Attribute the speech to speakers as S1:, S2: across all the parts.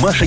S1: Маша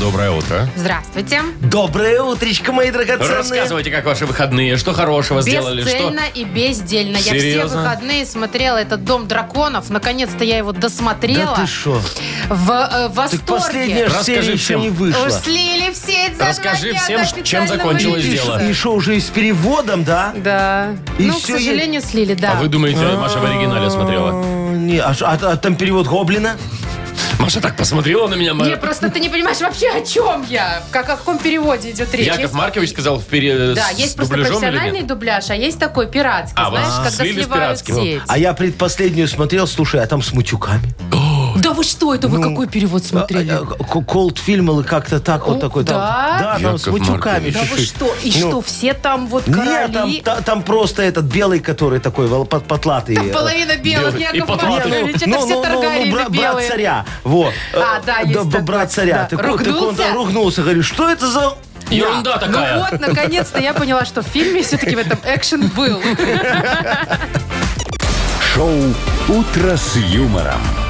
S2: Доброе утро.
S3: Здравствуйте.
S4: Доброе утречко, мои драгоценные.
S2: Рассказывайте, как ваши выходные, что хорошего сделали, что...
S3: Бесцельно и бездельно. Я все
S2: Серьезно?
S3: выходные смотрела этот «Дом драконов». Наконец-то я его досмотрела.
S4: Да ты шо?
S3: В э,
S4: Так
S3: восторге.
S4: последняя ж серия
S2: Расскажи
S4: еще
S2: всем.
S4: не
S3: Уж
S4: вышла.
S3: слили все эти
S2: Расскажи
S3: задания
S2: всем,
S3: до
S2: чем
S3: официального
S2: закончилось
S3: релиза.
S2: дело.
S4: И что, уже и с переводом, да?
S3: Да.
S4: И
S3: ну, к
S4: всё, я-
S3: сожалению, слили, да.
S2: А вы думаете, Маша в оригинале смотрела?
S4: Э, Не, а, ш- а- а там перевод Гоблина?
S2: Маша так посмотрела на меня.
S3: Не,
S2: Ма-
S3: просто ты не понимаешь вообще, о чем я. Как, о каком переводе идет речь.
S2: Яков
S3: Есть-
S2: Маркович сказал вперед
S3: Да,
S2: с
S3: есть просто
S2: дубляжом или
S3: профессиональный
S2: нет?
S3: дубляж, а есть такой пиратский,
S2: А, вот
S3: знаешь, когда
S2: слили с
S3: сливают
S2: пиратским.
S3: сеть.
S4: А я предпоследнюю смотрел, слушай, а там с мутюками. Э,
S3: Да вы что, это
S2: ну,
S3: вы какой
S2: а,
S3: перевод смотрели?
S4: Колд фильм или как-то так
S3: О,
S4: вот такой. там.
S3: да?
S4: Да, там с
S2: Яков
S4: мутюками
S2: Маркович.
S3: Да А вы
S4: чуть-чуть.
S3: что, и
S4: Ну,
S3: что, все там вот
S4: Нет, там,
S3: короли?
S4: та- там просто этот белый, который такой, вол- пот- потлатый. э,
S3: Половина белых,
S2: белых. И
S3: Яков
S2: потлатых.
S3: Маркович, это
S4: ну,
S3: все
S4: ну, ну, ну,
S3: Таргариены
S4: бра- брат
S3: белые.
S4: царя. Во. Э,
S3: А, да, есть такой,
S4: брат царя.
S3: да.
S4: Так вот, так он
S3: Ругнулся?
S4: там ругнулся, говорит, что это за...
S2: Ерунда
S3: Ну
S2: такая.
S3: вот, наконец-то я поняла, что в фильме все-таки в этом экшен был.
S4: Ну,
S1: Шоу «Утро с юмором»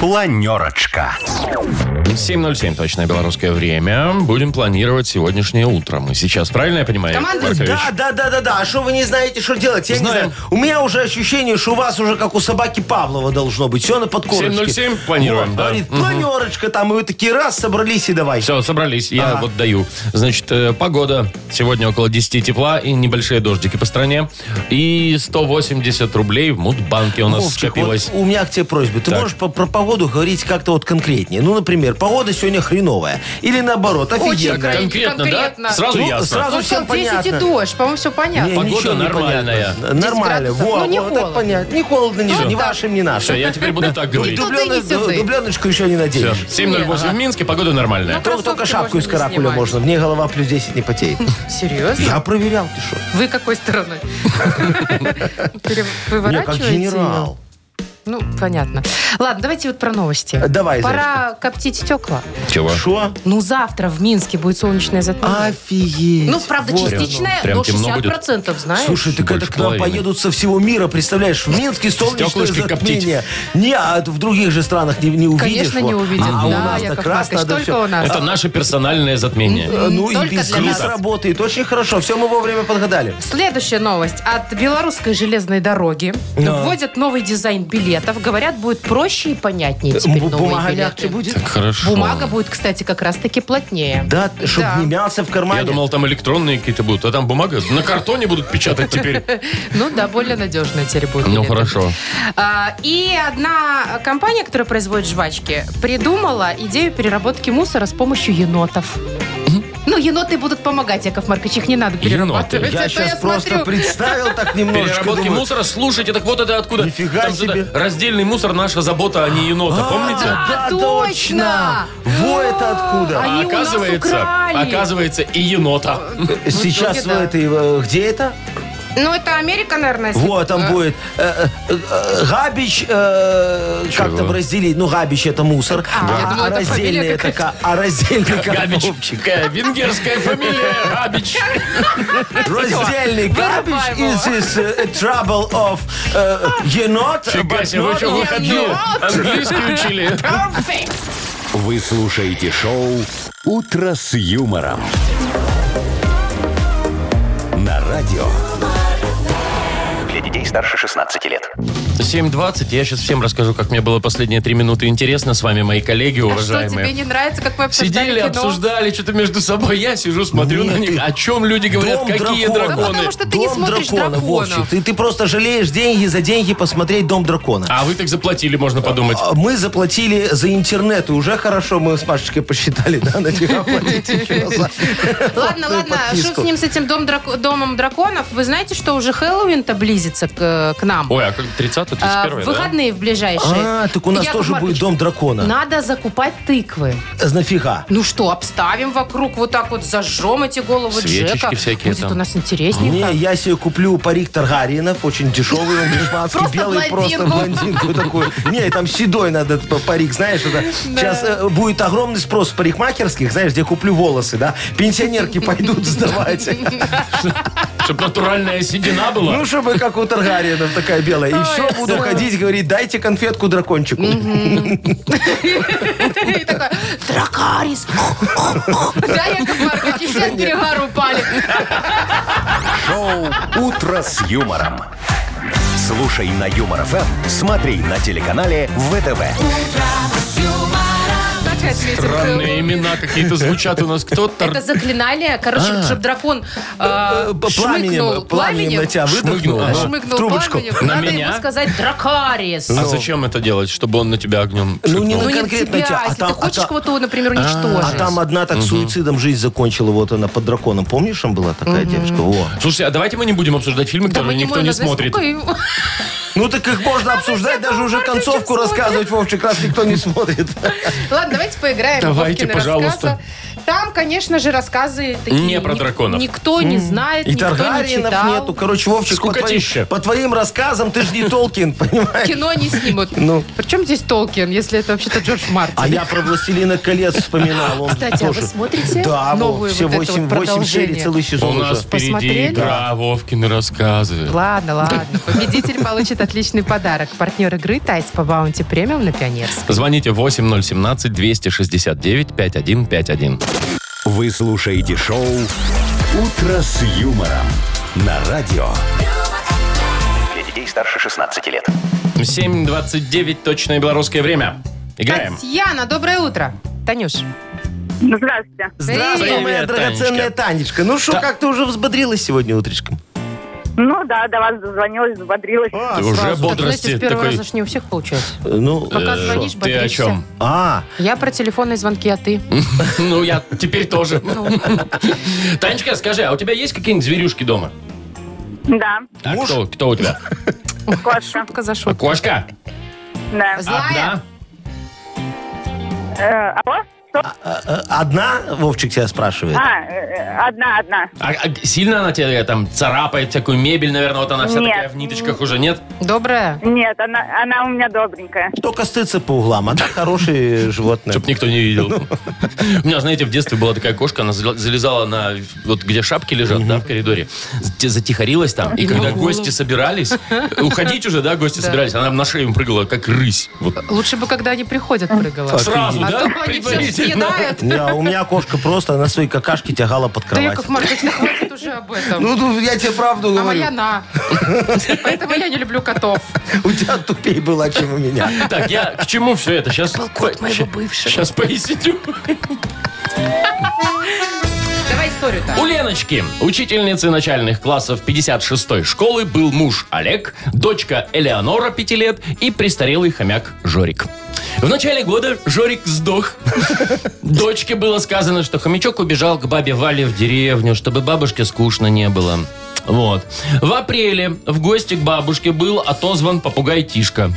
S1: Планерочка.
S2: 7.07 точное белорусское время. Будем планировать сегодняшнее утро. Мы сейчас, правильно я понимаю? Яков
S3: Командуйте.
S2: Маркович?
S4: Да, да, да, да, да. А что вы не знаете, что делать? Я
S2: Знаем.
S4: не знаю. У меня уже ощущение, что у вас уже как у собаки Павлова должно быть. Все на подкорочке.
S2: 7.07 планируем, да.
S4: Говорит,
S2: Мгм.
S4: планерочка там, и вы такие раз собрались и давай.
S2: Все, собрались. Я
S4: Ага.
S2: вот даю. Значит, э, погода. Сегодня около 10 тепла и небольшие дождики по стране. И 180 рублей в Мудбанке у нас
S4: Вовчик,
S2: скопилось.
S4: вот у меня к тебе просьба. Ты
S2: Так.
S4: можешь по- про погоду говорить как-то вот конкретнее? Ну, например, погода сегодня хреновая. Или наоборот, офигенная.
S3: край-
S2: Конкретно,
S3: конкретно.
S2: да? Сразу
S4: Ну,
S2: ясно.
S4: сразу
S3: Он
S4: всем
S3: сказал 10 и
S4: понятно.
S3: дождь, по-моему, все
S4: Не,
S3: понятно. Ну,
S2: Погода
S4: ничего не
S2: нормальная.
S4: понятно. Нормально.
S3: градусов.
S4: Во,
S3: Ну, не
S4: вот так
S3: холодно.
S4: понятно. Не холодно, ни, ни
S3: да.
S4: вашим, ни
S2: Все,
S4: нашим.
S2: я теперь буду так
S4: И
S2: говорить.
S3: туда,
S4: дублёны-
S3: ни сюда.
S4: Дубленочку еще не
S2: Всё.
S4: наденешь.
S2: 7.08 в Минске, погода нормальная.
S4: Только, только
S3: Кроссовки
S4: шапку
S3: можно
S4: из
S3: не
S4: каракуля
S3: снимать.
S4: можно. Мне голова плюс 10 не потеет.
S3: Серьезно?
S4: Я проверял, ты что?
S3: Вы какой стороны?
S4: Я как
S3: Переворачиваете? её?
S4: генерал.
S3: Ну, понятно. Ладно, давайте вот про новости.
S4: Давай,
S3: Пора коптить стекла.
S2: Чего?
S4: Что?
S3: Ну, завтра в Минске будет солнечное
S4: А,
S3: затмение.
S4: Офигеть.
S3: Ну, правда,
S4: Вот.
S3: частичное,
S2: Прям
S3: но
S2: темно
S3: 60%,
S2: будет.
S3: знаешь?
S4: Слушай, так
S2: Больше
S4: это к нам
S2: половины.
S4: поедут со всего мира, представляешь? В Минске солнечное
S2: Стеклышки коптить.
S4: затмение. Не, а в других же странах не, не увидишь.
S3: Конечно,
S4: вот.
S3: не увидят.
S4: А у
S3: да,
S4: нас
S3: Яков
S4: так раз
S3: Маркович,
S4: надо
S3: только
S4: всё.
S3: у нас.
S2: Это наше персональное затмение.
S4: Э, Ну
S3: Только
S4: и без
S3: для
S4: нас
S3: нас.
S4: работает. Очень хорошо. Все мы вовремя подгадали.
S3: Следующая новость. От белорусской железной дороги
S4: Да.
S3: вводят новый дизайн билетов. Говорят, будет проще и понятнее теперь
S4: Бу-
S3: новые
S4: Бумага
S3: билеты.
S4: легче будет.
S2: Так хорошо.
S3: Бумага будет, кстати, как раз-таки плотнее.
S4: Да, чтобы
S3: Да.
S4: не мялся в кармане.
S2: Я думал, там электронные какие-то будут, а там бумага. На картоне будут печатать теперь.
S3: Ну да, более надежная теперь будет.
S2: Ну
S3: билеты.
S2: хорошо.
S3: А, И одна компания, которая производит жвачки, придумала идею переработки мусора с помощью енотов. Ну, еноты будут помогать, Яков Маркович, их не надо
S2: Еноты.
S3: перерабатывать.
S4: Я
S3: Это
S4: сейчас просто
S3: смотрю.
S4: представил так немножечко.
S2: Переработки
S4: думаю,
S2: мусора, слушайте, так вот это откуда.
S4: Нифига
S2: Там же, да,
S4: себе.
S2: раздельный мусор, наша забота, а не енота, помните?
S4: Да,
S3: А,
S4: точно!
S3: точно!
S4: Во это
S3: А
S4: откуда?
S3: Они у нас украли.
S2: оказывается, и енота.
S4: Сейчас
S3: итоге да.
S4: в этой, э, где это?
S3: Ну, это Америка, наверное. если-
S4: Вот, там
S3: А,
S4: будет э, э, э, Габич, э, как
S2: Чего?
S4: там разделить? Ну, Габич это мусор.
S3: а, я думала, это
S4: раздельный
S3: фамилия
S4: это ка- а раздельный
S2: Габич.
S4: коробчик.
S2: Какая Венгерская фамилия Габич.
S4: Раздельный Габич
S3: Вырубаем его.
S4: is is, э, trouble of э, ну, енот.
S2: Фига
S4: but
S2: себе, вы
S4: not
S2: что,
S4: of
S2: выходные?
S4: енот.
S2: Английский учили.
S1: Вы слушаете шоу «Утро с юмором». На радио. Для детей старше 16 лет.
S2: 7.20, я сейчас всем расскажу, как мне было последние три минуты интересно с вами, мои коллеги,
S3: А что, тебе
S2: уважаемые.
S3: не нравится, как мы обсуждали
S2: Сидели,
S3: кино?
S2: обсуждали что-то между собой. Я сижу, смотрю
S4: Нет,
S2: на них.
S4: ты-
S2: О чем люди говорят?
S4: Дом
S2: Какие
S4: дракона.
S3: Да
S2: драконы?
S3: потому что ты не
S4: Дом
S3: смотришь
S4: дракона, Вовчик.
S3: драконов.
S4: Ты, ты просто жалеешь деньги за деньги посмотреть Дом дракона.
S2: А вы так заплатили, можно подумать.
S4: А Мы заплатили за интернет, и уже хорошо мы с Машечкой посчитали, да, нафига платить еще за
S3: Ладно,
S4: платную
S3: ладно, шут
S4: подписку.
S3: с ним, с этим дом драко- домом драконов. Вы знаете, что уже Хэллоуин-то близится к, э, к нам?
S2: Ой, а как 30 30-ю,
S3: А,
S2: 31-ю,
S3: в
S2: да?
S3: выходные в ближайшие.
S4: А, так у нас
S3: Яков
S4: тоже
S3: Маркович,
S4: будет дом дракона.
S3: Надо закупать тыквы.
S4: Э, Нафига?
S3: Ну что, обставим вокруг, вот так вот зажжем эти головы
S2: Свечечки
S3: Джека.
S2: всякие
S3: Будет
S2: там.
S3: у нас интересненько.
S4: Не, я себе куплю парик Таргариенов, очень дешевый, он дешманский,
S3: Просто
S4: белый, просто
S3: блондинку.
S4: блондинку такую. Не, там седой надо этот парик, знаешь, это сейчас э, будет огромный спрос в парикмахерских, знаешь, где куплю волосы, да? Пенсионерки пойдут сдавать.
S2: Чтоб натуральная седина была.
S4: Ну, чтобы как у Таргариенов такая белая. И все, буду ходить, говорить, дайте конфетку дракончику.
S3: И такой, Дракарис. Да, Яков Маркович, и все от перегара упали.
S1: Шоу «Утро с юмором». Слушай на Юмор ФМ, смотри на телеканале ВТВ.
S3: Кстати, ответил.
S2: Странные имена какие-то звучат у нас. Кто
S3: ну. Это
S2: то
S3: заклинание, короче, чтобы дракон э,
S4: А. П-
S3: шмыгнул
S4: Пламенем, пламенем на тебя
S2: Шмыгнул,
S4: выдохнул.
S2: да.
S4: а?
S3: Шмыгнул
S4: В трубочку.
S3: пламенем.
S2: На
S3: Надо
S2: меня?
S3: ему сказать Дракарис.
S2: А зачем это делать? Чтобы он на тебя огнем
S4: Ну, не
S2: шикнул?
S3: Ну, не в
S4: конкретно тебя,
S3: тебя,
S4: а
S3: если ты
S4: там- а
S3: хочешь
S4: там-
S3: кого-то, например, уничтожить.
S4: А там одна так суицидом жизнь закончила, вот она под драконом. Помнишь, там была такая девочка? Во.
S2: Слушайте, а давайте мы не будем обсуждать фильмы,
S3: Да
S2: которые
S3: мы
S2: никто
S3: можем
S2: не
S3: назвать,
S2: смотрит.
S3: сколько им-
S4: Ну так их можно обсуждать, даже уже
S3: Маркович
S4: концовку
S3: смотрит.
S4: рассказывать, Вовчик, раз никто не смотрит.
S3: Ладно, давайте поиграем. в
S2: Давайте,
S3: Вовкины
S2: пожалуйста.
S3: рассказы. Там, конечно же, рассказы такие.
S2: Не про
S3: ни-
S2: драконов.
S3: Никто не знает,
S4: И
S3: никто не
S4: Таргариенов
S3: читал.
S4: нету. Короче, Вовчик, по твоим,
S2: Скукотища.
S4: по твоим рассказам ты же не Толкин, понимаешь?
S3: Кино не снимут.
S4: Ну.
S3: Причем здесь Толкин, если это вообще-то Джордж Мартин?
S4: А я про «Властелина колец» вспоминал. он
S3: Кстати, а вы
S4: тоже.
S3: смотрите
S4: Да, вот,
S3: новую
S4: все
S3: вот это
S4: восемь
S3: вот
S4: восемь серий,
S3: продолжение?
S4: целый
S2: У
S4: сезон
S2: нас
S4: уже.
S2: впереди
S3: Посмотрели?
S2: игра Вовкины рассказы.
S3: Ладно, ладно. Победитель получит отличный подарок. Партнер игры Тайс по Баунти Премиум на Пионерс.
S2: Звоните 8017-269-5151.
S1: Вы слушаете шоу «Утро с юмором» на радио. Для детей старше 16 лет.
S2: 7.29, точное белорусское время. Играем.
S3: Татьяна, доброе утро. Танюш.
S5: Ну, Здравствуйте.
S4: Здравствуй, моя
S2: Привет,
S4: драгоценная Танечка. Ну что, как ты уже взбодрилась сегодня утречком?
S5: Ну да, до вас дозвонилась, взбодрилась.
S2: Ты уже
S3: Так, знаете,
S2: бодрости
S3: с первого
S2: такой...
S3: раза ж не у всех получается.
S4: Э, Ну,
S3: Пока
S4: э,
S3: звонишь,
S2: Ты
S3: бодришься.
S2: о чем?
S4: а,
S3: Я про телефонные звонки, а ты?
S2: Ну, я теперь тоже.
S3: Ну.
S2: Танечка, скажи, а у тебя есть какие-нибудь зверюшки дома?
S5: Да,
S2: А
S4: Муж?
S2: кто, кто у тебя?
S5: кошка.
S3: Шутка за шутку.
S2: А Кошка?
S5: Да.
S3: Злая?
S2: Одна?
S5: Э, алло? Что?
S4: э, одна, Вовчик тебя спрашивает.
S5: А, э, одна, одна.
S2: А, а сильно она тебя там царапает, всякую мебель, наверное, вот она вся
S5: Нет.
S2: такая в ниточках уже, нет?
S3: Добрая?
S5: Нет, она, она у меня добренькая.
S4: Только стыться по углам, а так хорошие животные.
S2: Чтоб никто не видел. У меня, знаете, в детстве была такая кошка, она зал- залезала на, вот где шапки лежат, да, в коридоре, зате- затихарилась там, и когда гости собирались, уходить уже, да, гости собирались, она на шею им прыгала, как рысь. Вот.
S3: Лучше бы, когда они приходят, прыгала.
S2: Сразу,
S3: А
S2: да,
S3: то они все
S2: предварительно.
S3: съедают.
S4: Не, а у меня кошка просто на свои какашки тягала под
S3: Да,
S4: кровать.
S3: Яков Маркович, ну хватит уже об этом.
S4: Ну, ну, я тебе правду
S3: А
S4: говорю.
S3: моя на. Поэтому я не люблю котов.
S4: У тебя тупее была, чем у меня.
S2: Так, я к чему все это? Сейчас, сейчас поясню.
S3: Давай историю-то.
S2: У Леночки, учительницы начальных классов 56-й школы, был муж Олег, дочка Элеонора 5 лет и престарелый хомяк Жорик. В начале года Жорик сдох. Дочке было сказано, что хомячок убежал к бабе Вале в деревню, чтобы бабушке скучно не было. Вот. В апреле в гости к бабушке был отозван попугай Тишка,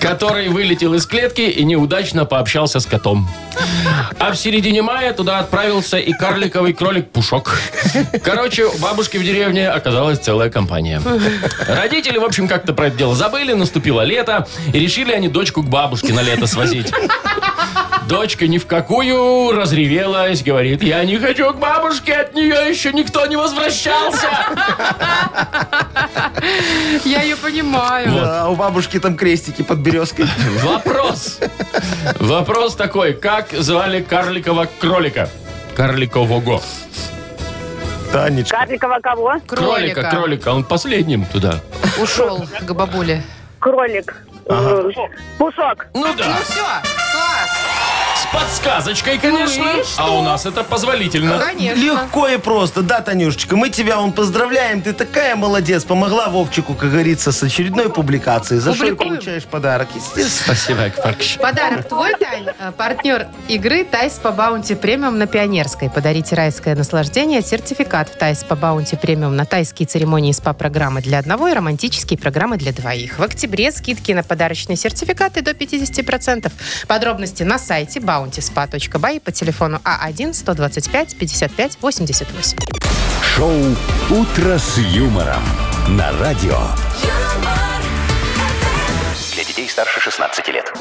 S2: который вылетел из клетки и неудачно пообщался с котом. А в середине мая туда отправился и карликовый кролик Пушок. Короче, у бабушки в деревне оказалась целая компания. Родители, в общем, как-то про это дело забыли, наступило лето, и решили они дочку к бабушке на лето свозить. Дочка ни в какую разревелась, говорит, я не хочу к бабушке, от нее еще никто не возвращался.
S3: Я ее понимаю.
S4: Да, А у бабушки там крестики под березкой.
S2: Вопрос. Вопрос такой, как звали карликового кролика? Карликового.
S4: Танечка.
S5: Карликова кого?
S2: Кролика, кролика, он последним туда.
S3: Ушел к бабуле.
S5: Кролик. Э, Пушок.
S2: Ну да.
S3: Ну все, класс.
S2: подсказочкой, конечно.
S3: Ну и
S2: а
S3: что?
S2: у нас это позволительно.
S3: Конечно.
S4: Легко и просто, да, Танюшечка, мы тебя он поздравляем, ты такая молодец, помогла Вовчику, как говорится, с очередной публикацией, за что и
S3: Публикуем.
S4: получаешь подарок, естественно.
S2: Спасибо, Яков Маркович.
S3: Подарок твой, Тань. Э, Партнер игры «Тайс по баунти премиум» на Пионерской. Подарите райское наслаждение, сертификат в «Тайс по баунти премиум» на тайские церемонии и СПА-программы для одного и романтические программы для двоих. В октябре скидки на подарочные сертификаты до 50%. Подробности на сайте bountyspa.by и по телефону А А1-125-55-88.
S1: Шоу «Утро с юмором» на радио.
S6: юмор,
S7: Для детей старше 16 лет.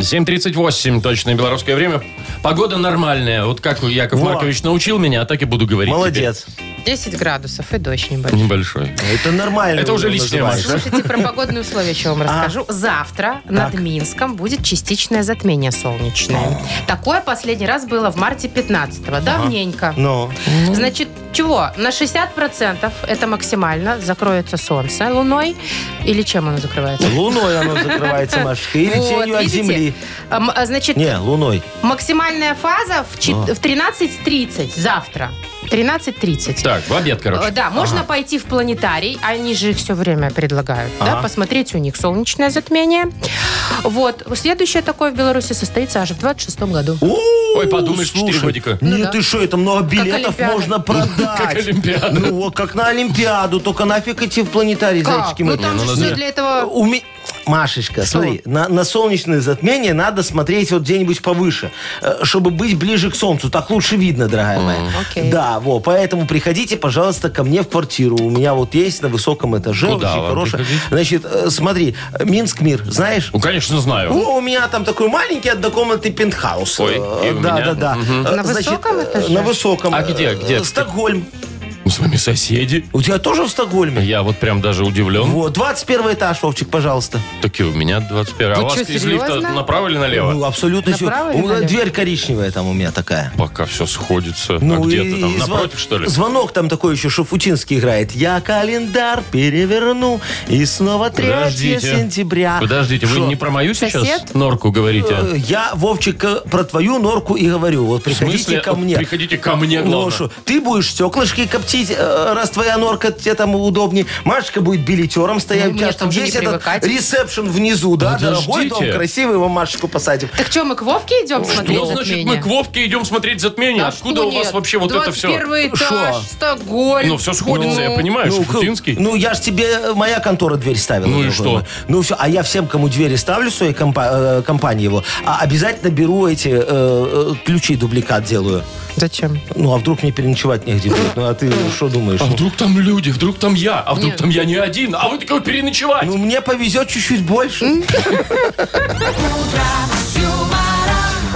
S2: 7.38, точное белорусское время. Погода нормальная. Вот как Яков
S4: Во.
S2: Маркович научил меня, так и буду говорить.
S4: Молодец.
S3: 10 градусов и дождь небольшой.
S2: теперь. Небольшой.
S4: Это нормально.
S2: Это уже личная
S4: называется.
S2: Маш, да?
S3: Слушайте, про погодные условия еще
S4: А.
S3: вам расскажу. Завтра над Минском будет частичное затмение солнечное. Такое последний раз было в марте 15-го. Давненько.
S4: Ну,
S3: Значит, чего? На 60% это максимально закроется солнце луной. Или чем оно закрывается?
S4: луной оно закрывается, Машечка, или
S3: Вот,
S4: тенью от
S3: видите?
S4: земли.
S3: Ам, а, Значит,
S4: Не, луной.
S3: максимальная фаза в чи- в 13.30 завтра. 13.30.
S2: Так, в обед,
S3: Э,
S2: короче.
S3: Да, можно пойти в планетарий, они же все время предлагают, да, посмотреть у них солнечное затмение. Вот, следующее такое в Беларуси состоится аж в 26 году.
S2: Ой,
S4: Ой,
S2: подумаешь, четыре годика. Ну,
S3: Ну да.
S4: Нет, ты что, это много билетов
S3: Олимпиада.
S4: можно
S2: Как
S4: продать.
S2: Олимпиада.
S4: Ну, вот как на Олимпиаду, только нафиг идти в планетарий,
S3: Как?
S4: зайчики мои.
S3: Ну там
S2: ну,
S3: же
S2: надо-
S3: все для этого...
S4: У ме- Машечка, смотри, на, на солнечное затмение надо смотреть вот где-нибудь повыше, э, чтобы быть ближе к солнцу. Так лучше видно, дорогая моя.
S3: Окей.
S4: Да, вот, поэтому приходите, пожалуйста, ко мне в квартиру. У меня вот есть на высоком этаже,
S2: Куда
S4: очень
S2: вам
S4: хорошая.
S2: приходить?
S4: Значит, э, смотри, э, Минск-Мир, знаешь?
S2: Ну, конечно, знаю.
S4: О, у меня там такой маленький однокомнатный пентхаус.
S2: Ой, и
S4: Э,
S2: у
S4: да,
S2: меня.
S4: да, да, Э,
S3: На высоком
S4: э,
S3: этаже?
S4: На высоком.
S2: А где, где?
S4: Э, Стокгольм.
S2: Мы с вами соседи.
S4: У тебя тоже в Стокгольме?
S2: Я вот прям даже удивлен.
S4: Вот, 21 этаж, Вовчик, пожалуйста.
S2: Так и у меня 21. А
S3: Вы
S2: у вас
S3: чё,
S2: из
S3: серьезно?
S2: лифта направо или налево?
S4: Ну, абсолютно всё.
S3: Направо или
S4: У меня
S3: налево?
S4: Дверь коричневая там у меня такая.
S2: Пока все сходится. а
S4: Ну,
S2: где
S4: и-
S2: ты там?
S4: и звон-
S2: Напротив, что ли?
S4: Звонок там такой еще Шафутинский играет. Я календарь переверну, и снова 3
S2: Подождите.
S4: сентября.
S2: Подождите, вы
S4: Что?
S2: не про мою сейчас
S3: Сосед?
S2: норку
S4: Э,
S2: говорите?
S4: Я, Вовчик, э, про твою норку и говорю. Вот приходите
S2: смысле?
S4: ко
S2: Вот
S4: мне.
S2: приходите ко мне,
S4: Ну,
S2: главное.
S4: шо, ты будешь стеклышки коптить, э, раз твоя норка тебе там удобнее. Машечка будет билетером
S3: Ну,
S4: стоять. У
S3: мне
S4: тебя ж там
S3: тоже не
S4: есть этот
S3: привыкать.
S4: ресепшн внизу, да? Дорогой дом,
S2: Подождите.
S4: красивый, его Машечку посадим.
S3: Так что, мы к Вовке идем смотреть
S2: Ну, значит, мы
S3: затмение?
S2: к Вовке идем смотреть затмение.
S3: Да
S2: Откуда
S3: что
S2: у вас
S3: нет?
S2: вообще вот это все?
S3: 21
S4: Шо?
S3: этаж, Стокгольм.
S2: Ну, все сходится, я
S3: Ну,
S2: понимаю,
S4: Ну,
S2: Шафутинский.
S4: ну, я ж тебе, э, моя контора дверь ставила.
S2: Ну и
S4: дорогой
S2: что?
S4: мой. Ну все, а я всем, кому двери ставлю в своей компа- э, компании его, а обязательно беру эти э, э, ключи дубликат делаю.
S3: Зачем?
S4: Ну а вдруг мне переночевать негде будет? Ну а ты что думаешь?
S2: А вдруг там люди, вдруг там я, а вдруг
S3: Нет.
S2: там я не один, а вы такой переночевать.
S4: Ну мне повезет чуть-чуть больше.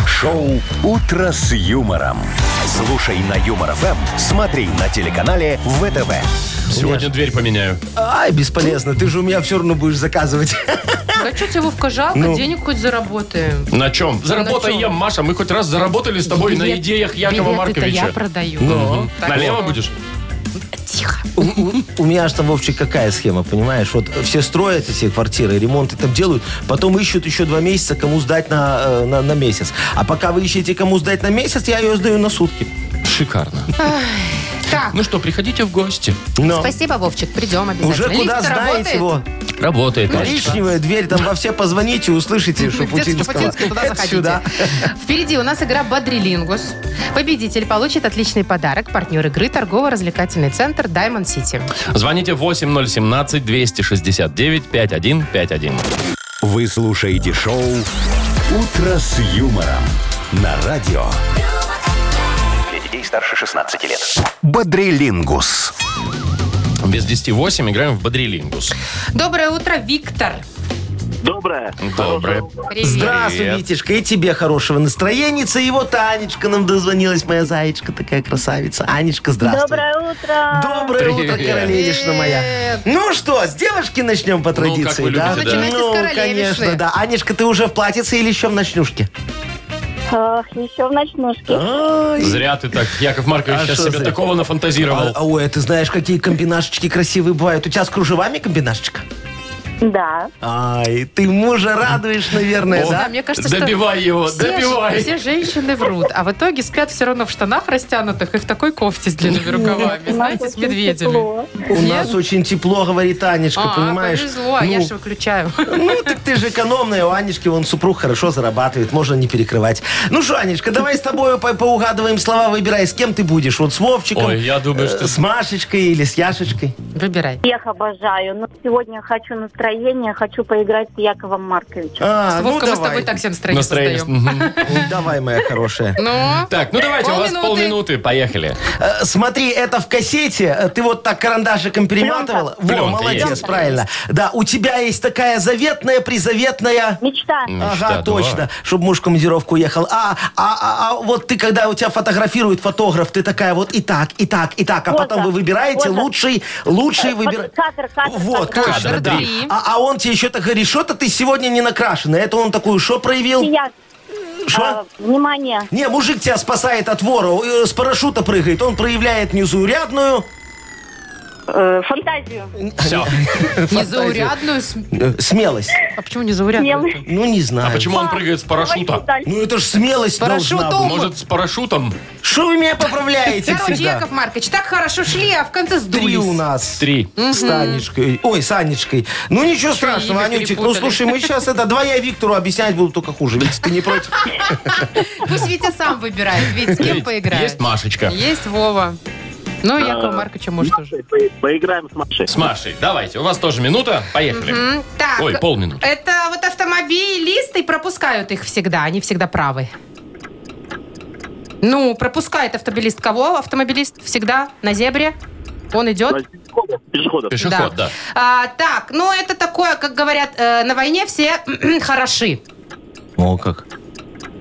S1: Шоу «Утро с юмором». Слушай на Юмор ФМ, смотри на телеканале ВТВ.
S2: Сегодня дверь поменяю.
S4: Ай, бесполезно, ты же у меня все равно будешь заказывать.
S2: А!
S3: Да что тебе, Вовка, жалко?
S4: Ну.
S3: Денег хоть заработаем.
S2: На чем? Заработаем,
S3: На чём?
S2: Маша. Мы хоть раз заработали с тобой на
S3: Билет-
S2: идеях Якова
S3: билеты-то
S2: Марковича.
S3: я продаю.
S4: Ну.
S2: Мгм.
S3: Так
S2: Налево
S3: что-
S2: будешь?
S3: Тихо.
S4: У- У у меня же там, Вовчик, какая схема, понимаешь? Вот все строят эти квартиры, ремонты там делают, потом ищут еще два месяца, кому сдать на, э, на, на месяц. А пока вы ищете, кому сдать на месяц, я ее сдаю на сутки.
S2: Шикарно.
S3: Так.
S2: Ну что, приходите в гости.
S4: Но
S3: Спасибо, Вовчик, придем обязательно.
S4: уже куда
S3: Лифт-то работает?
S4: знаете его?
S2: Работает.
S4: Коричневая дверь, там во все позвоните, услышите
S3: Где
S4: Шапутинского.
S3: Шафутинского, туда
S4: Это
S3: заходите.
S4: Сюда.
S3: Впереди у нас игра «Бодрилингус». Победитель получит отличный подарок. Партнер игры – торгово-развлекательный центр «Даймонд Сити».
S2: Звоните 8017-269-5151.
S1: Вы слушаете шоу «Утро с юмором» на радио
S7: Для детей старше 16 лет.
S1: «Бодрилингус».
S2: Без 10-8 играем в Бодрилингус.
S3: Доброе утро, Виктор.
S8: Доброе.
S2: Доброе.
S3: Привет.
S4: Здравствуй,
S2: Привет.
S4: Витюшка, и тебе хорошего настроения. И вот Анечка нам дозвонилась, моя заячка, такая красавица. Анечка, здравствуй.
S5: Доброе утро.
S4: Доброе утро,
S2: Привет.
S4: королевишна моя. Ну что, с девушки начнем по
S2: Ну, как
S4: традиции,
S2: вы
S4: да?
S2: любите, да.
S3: Начинайте с
S4: Ну,
S3: королевишны.
S4: конечно, да. Анечка, ты уже в платьице или еще в ночнушке?
S5: Эх, еще ну в ночнушке.
S4: Ай.
S2: Зря ты так, Яков Маркович,
S4: А
S2: сейчас
S4: что
S2: себе
S4: зря?
S2: такого
S4: А,
S2: нафантазировал.
S4: а, Ой, а ты знаешь, какие комбинашечки красивые бывают. У тебя с кружевами комбинашечка?
S5: Да.
S4: Ай, ты мужа радуешь, наверное,
S3: Да,
S4: да?
S3: а, мне кажется, что
S2: добивай его,
S3: все,
S2: добивай.
S3: все женщины врут, а в итоге спят все равно в штанах растянутых и в такой кофте с длинными рукавами,
S5: У нас
S3: знаете, с
S5: очень
S3: медведями.
S5: тепло.
S4: У
S3: Нет?
S4: нас очень тепло, говорит Анечка,
S3: А,
S4: понимаешь?
S3: повезло, а
S4: Ну,
S3: я же выключаю.
S4: Ну, так ты же экономная, у Анечки вон супруг хорошо зарабатывает, можно не перекрывать. Ну что, Анечка, давай с тобой по- поугадываем слова, выбирай, с кем ты будешь, вот с Вовчиком, э,
S2: Ой, я думаю, что-
S4: с Машечкой или с Яшечкой.
S3: Выбирай.
S5: Всех обожаю, но сегодня хочу настроение, хочу поиграть с Яковом Марковичем.
S4: А,
S3: С Вовкой мы с тобой
S4: давай, Ну,
S3: так себе настроение,
S2: Настроение.
S3: создаем.
S2: Мгм.
S4: давай, моя хорошая.
S3: Ну,
S2: Так, ну давайте, у вас
S3: Полминуты.
S2: полминуты, поехали.
S4: Э, Смотри, это в кассете. Э, Ты вот так карандашиком перематывала. Во,
S2: Пленка
S4: молодец,
S2: есть.
S4: правильно. Да, у тебя есть такая заветная, призаветная.
S5: Мечта.
S4: ага,
S2: Мечта,
S4: точно.
S2: да.
S4: Чтобы муж в командировку уехал. А, а, а, а вот ты, когда у тебя фотографирует фотограф, ты такая вот и так, и так, и так. А
S5: Фото.
S4: потом вы выбираете
S5: Фото.
S4: лучший, лучший
S5: Э,
S4: выбирай.
S5: кадр, кадр,
S4: Вот,
S5: кадр.
S4: точно,
S3: Кадр,
S4: да.
S3: три.
S4: А, а он тебе еще так говорит, что-то ты сегодня не накрашена. Это он такую, что
S5: И
S4: проявил?
S5: я,
S4: Шо?
S5: э, внимание,
S4: Не, мужик тебя спасает от вора, э, с парашюта прыгает, он проявляет незаурядную...
S5: э, фантазию.
S2: Все.
S3: незаурядную... см-
S4: Э, Смелость.
S3: А почему незаурядную?
S5: Смелый.
S4: Ну, не знаю.
S2: А почему он прыгает с
S5: Давайте
S2: парашюта?
S5: дальше.
S4: Ну, это ж смелость
S3: Парашютом?
S4: должна быть.
S2: Может, с парашютом?
S4: Что вы меня поправляете
S3: Короче,
S4: всегда?
S3: Яков Маркович, так хорошо шли, а в конце
S4: Три у
S3: сдулись.
S4: нас.
S2: Три.
S4: С Танечкой. Ой, с Анечкой. Ну, ничего страшного,
S3: имя
S4: Анютик. Ну,
S3: перепутали.
S4: слушай, мы сейчас это... Давай я Виктору объяснять буду только хуже. Ведь ты не против?
S3: Пусть Витя сам выбирает, ведь с кем
S2: Ведь
S3: поиграет.
S2: Есть Машечка.
S3: Есть Вова. Ну, Якова Марковича может уже.
S6: Поиграем с Машей.
S2: С Машей. Давайте, у вас тоже минута. Поехали.
S3: М, Так.
S2: Ой, полминуты.
S3: Это вот автомобилисты пропускают их всегда. Они всегда правы. Ну, пропускает автомобилист кого? Автомобилист всегда на зебре. Он идет.
S6: Пешеходов. Пешеходов.
S2: Пешеход, да.
S3: А, так, ну это такое, как говорят, э, на войне все хороши.
S4: О, как.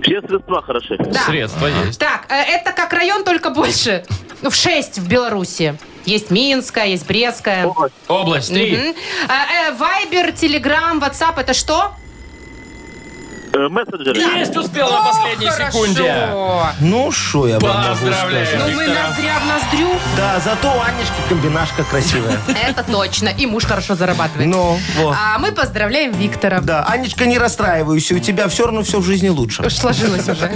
S6: Все средства хороши.
S3: Да.
S2: Средства есть.
S3: Так, э, это как район, только больше. Ну, в шесть в Беларуси. Есть Минская, есть Брестская.
S2: Область три.
S3: Мгм. А, э, Вайбер, Телеграм, Ватсап это что?
S6: Э, Мессенджеры.
S2: Есть, успел на последней
S3: Хорошо.
S2: секунде.
S4: Ну, что я вам могу
S2: Поздравляю.
S4: сказать?
S3: Ну мы
S2: Э, Виктора.
S3: ноздря в ноздрю.
S4: Да, зато у Анечки комбинашка красивая.
S3: Это точно. И муж хорошо зарабатывает.
S4: Ну, вот.
S3: А мы поздравляем Виктора.
S4: Да, Анечка, не расстраивайся, у тебя все равно все в жизни лучше.
S3: Уж сложилось уже.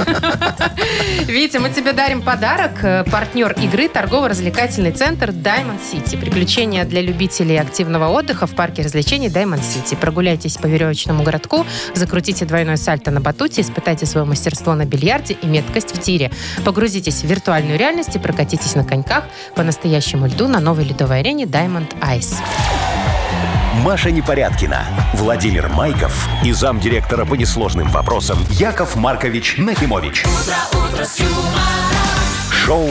S3: Витя, мы тебе дарим подарок. Э, Партнер игры торгово-развлекательный центр Diamond City. Приключения для любителей активного отдыха в парке развлечений Diamond City. Прогуляйтесь по веревочному городку, закрутите двойное сальто на батуте, испытайте свое мастерство на бильярде и меткость в тире. Погрузитесь в виртуальную реальность и прокатитесь на коньках по настоящему льду на новой ледовой арене Diamond Ice.
S1: Маша Непорядкина, Владимир Майков и замдиректора по несложным вопросам Яков Маркович Нахимович. Шоу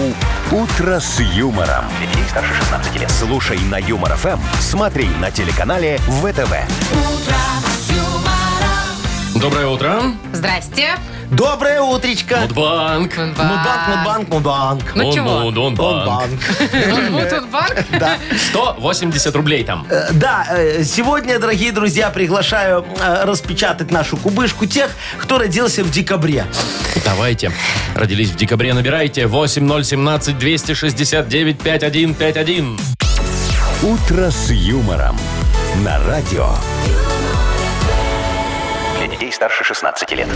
S1: Утро с юмором. Для детей старше 16 лет. Слушай на юмор ФМ, смотри на телеканале ВТВ.
S2: Доброе утро.
S3: Здрасте.
S4: Доброе утречко.
S2: Мудбанк.
S4: Мудбанк, мудбанк, мудбанк.
S3: Ну
S2: Он,
S3: чего?
S2: он, он,
S4: Он
S2: банк.
S4: банк.
S3: Ну, Вот тут банк.
S2: 180 рублей там.
S4: Э, Да, э, сегодня, дорогие друзья, приглашаю э, распечатать нашу кубышку тех, кто родился в декабре.
S2: Давайте. Родились в декабре, набирайте 8017 269 5151.
S1: Утро с юмором. На радио.
S7: Для детей старше 16 лет.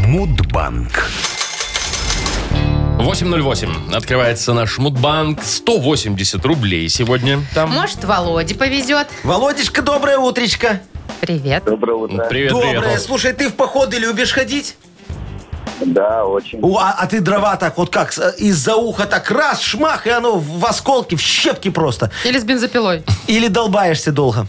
S1: Мудбанк.
S2: 808. Открывается наш Мудбанк. 180 рублей сегодня. Там.
S3: Может, Володе повезет.
S4: Володечка, доброе утречко.
S3: Привет.
S6: Доброе утро.
S2: Привет,
S4: доброе.
S2: привет. Вов.
S4: Слушай, ты в походы любишь ходить?
S6: Да, очень.
S4: О, а, а ты дрова так вот как, с- э, из-за уха так раз, шмах, и оно в осколки, в щепки просто.
S3: Или с бензопилой.
S4: Или долбаешься долго?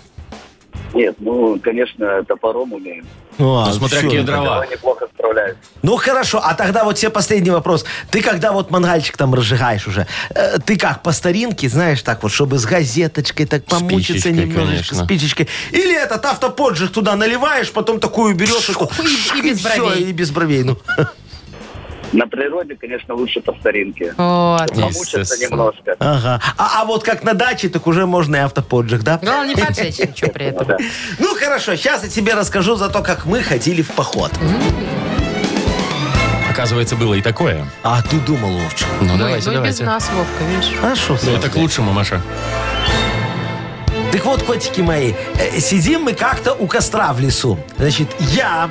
S6: Нет, ну, конечно, топором умеем.
S4: Ну, а,
S2: Ну, смотря
S4: всё.
S2: какие дрова.
S6: неплохо справляюсь.
S4: Ну, хорошо, а тогда вот тебе последний вопрос. Ты когда вот мангальчик там разжигаешь уже, э, ты как, по старинке, знаешь, так вот, чтобы с газеточкой так помучиться
S2: пичечкой,
S4: немножечко,
S2: конечно.
S4: с спичечкой. Или этот автоподжиг туда наливаешь, потом такую берешь... эту-
S3: и- и без бровей.
S4: всё, и без бровей. Ну,
S6: На природе, конечно, лучше по старинке.
S3: Вот.
S6: Помучиться
S2: Естественно.
S6: немножко.
S4: ага. а, а вот как на даче, так уже можно и автоподжиг, да?
S3: Главное, не поджечь ничего при этом.
S6: Да.
S4: Ну, хорошо, сейчас я тебе расскажу за то, как мы ходили в поход.
S2: Оказывается, было и такое.
S4: А ты думал, Вовчик?
S2: Ну,
S3: Ой,
S2: давайте,
S3: ну и без
S2: давайте.
S3: нас, Вовка, видишь.
S4: А шо с
S2: Ну,
S4: вами?
S2: это к лучшему, Маша.
S4: Да Так вот, котики мои, э, сидим мы как-то у костра в лесу. Значит, я,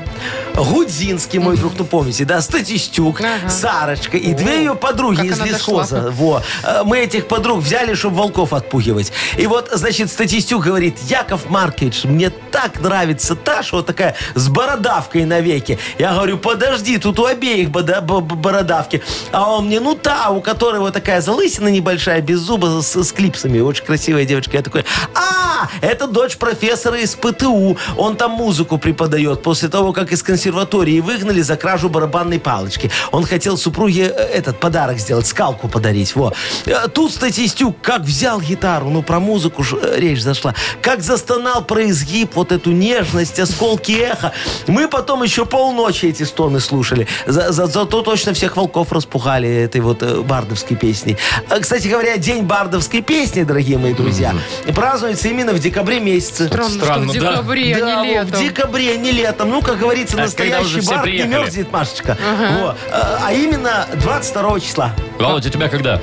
S4: Гудзинский, мой друг, ну помните, да, Статистюк,
S3: Ага.
S4: Сарочка и две ее подруги
S3: как
S4: из
S3: она
S4: лесхоза. Во. Э, Мы этих подруг взяли, чтобы волков отпугивать. И вот, значит, статистюк говорит, Яков Маркович, мне так нравится Таша, вот такая с бородавкой навеки. Я говорю, подожди, тут у обеих бода- бо- бо- бородавки. А он мне, ну та, у которой вот такая залысина небольшая, без зуба, с, с клипсами. Очень красивая девочка. Я такой, а, это дочь профессора из ПТУ. Он там музыку преподает после того, как из консерватории выгнали за кражу барабанной палочки. Он хотел супруге э, этот подарок сделать, скалку подарить. Во. Э, Тут статистюк как взял гитару, ну про музыку ж э, речь зашла, как застонал про изгиб, вот эту нежность, осколки эха. Мы потом еще полночи эти стоны слушали. За- за- зато точно всех волков распугали этой вот э, бардовской песней. Э, Кстати говоря, день бардовской песни, дорогие мои друзья, празднуется именно в декабре месяце.
S3: Странно,
S2: Странно,
S3: что в
S2: да.
S3: декабре,
S4: Да,
S3: а не
S4: во, в
S3: летом.
S4: декабре, не летом. Ну, как говорится,
S2: А когда уже
S4: настоящий
S2: все
S4: бар не
S2: приехали?
S4: мерзнет, Машечка. Во. Э, А именно 22 числа.
S2: Володь, у тебя когда?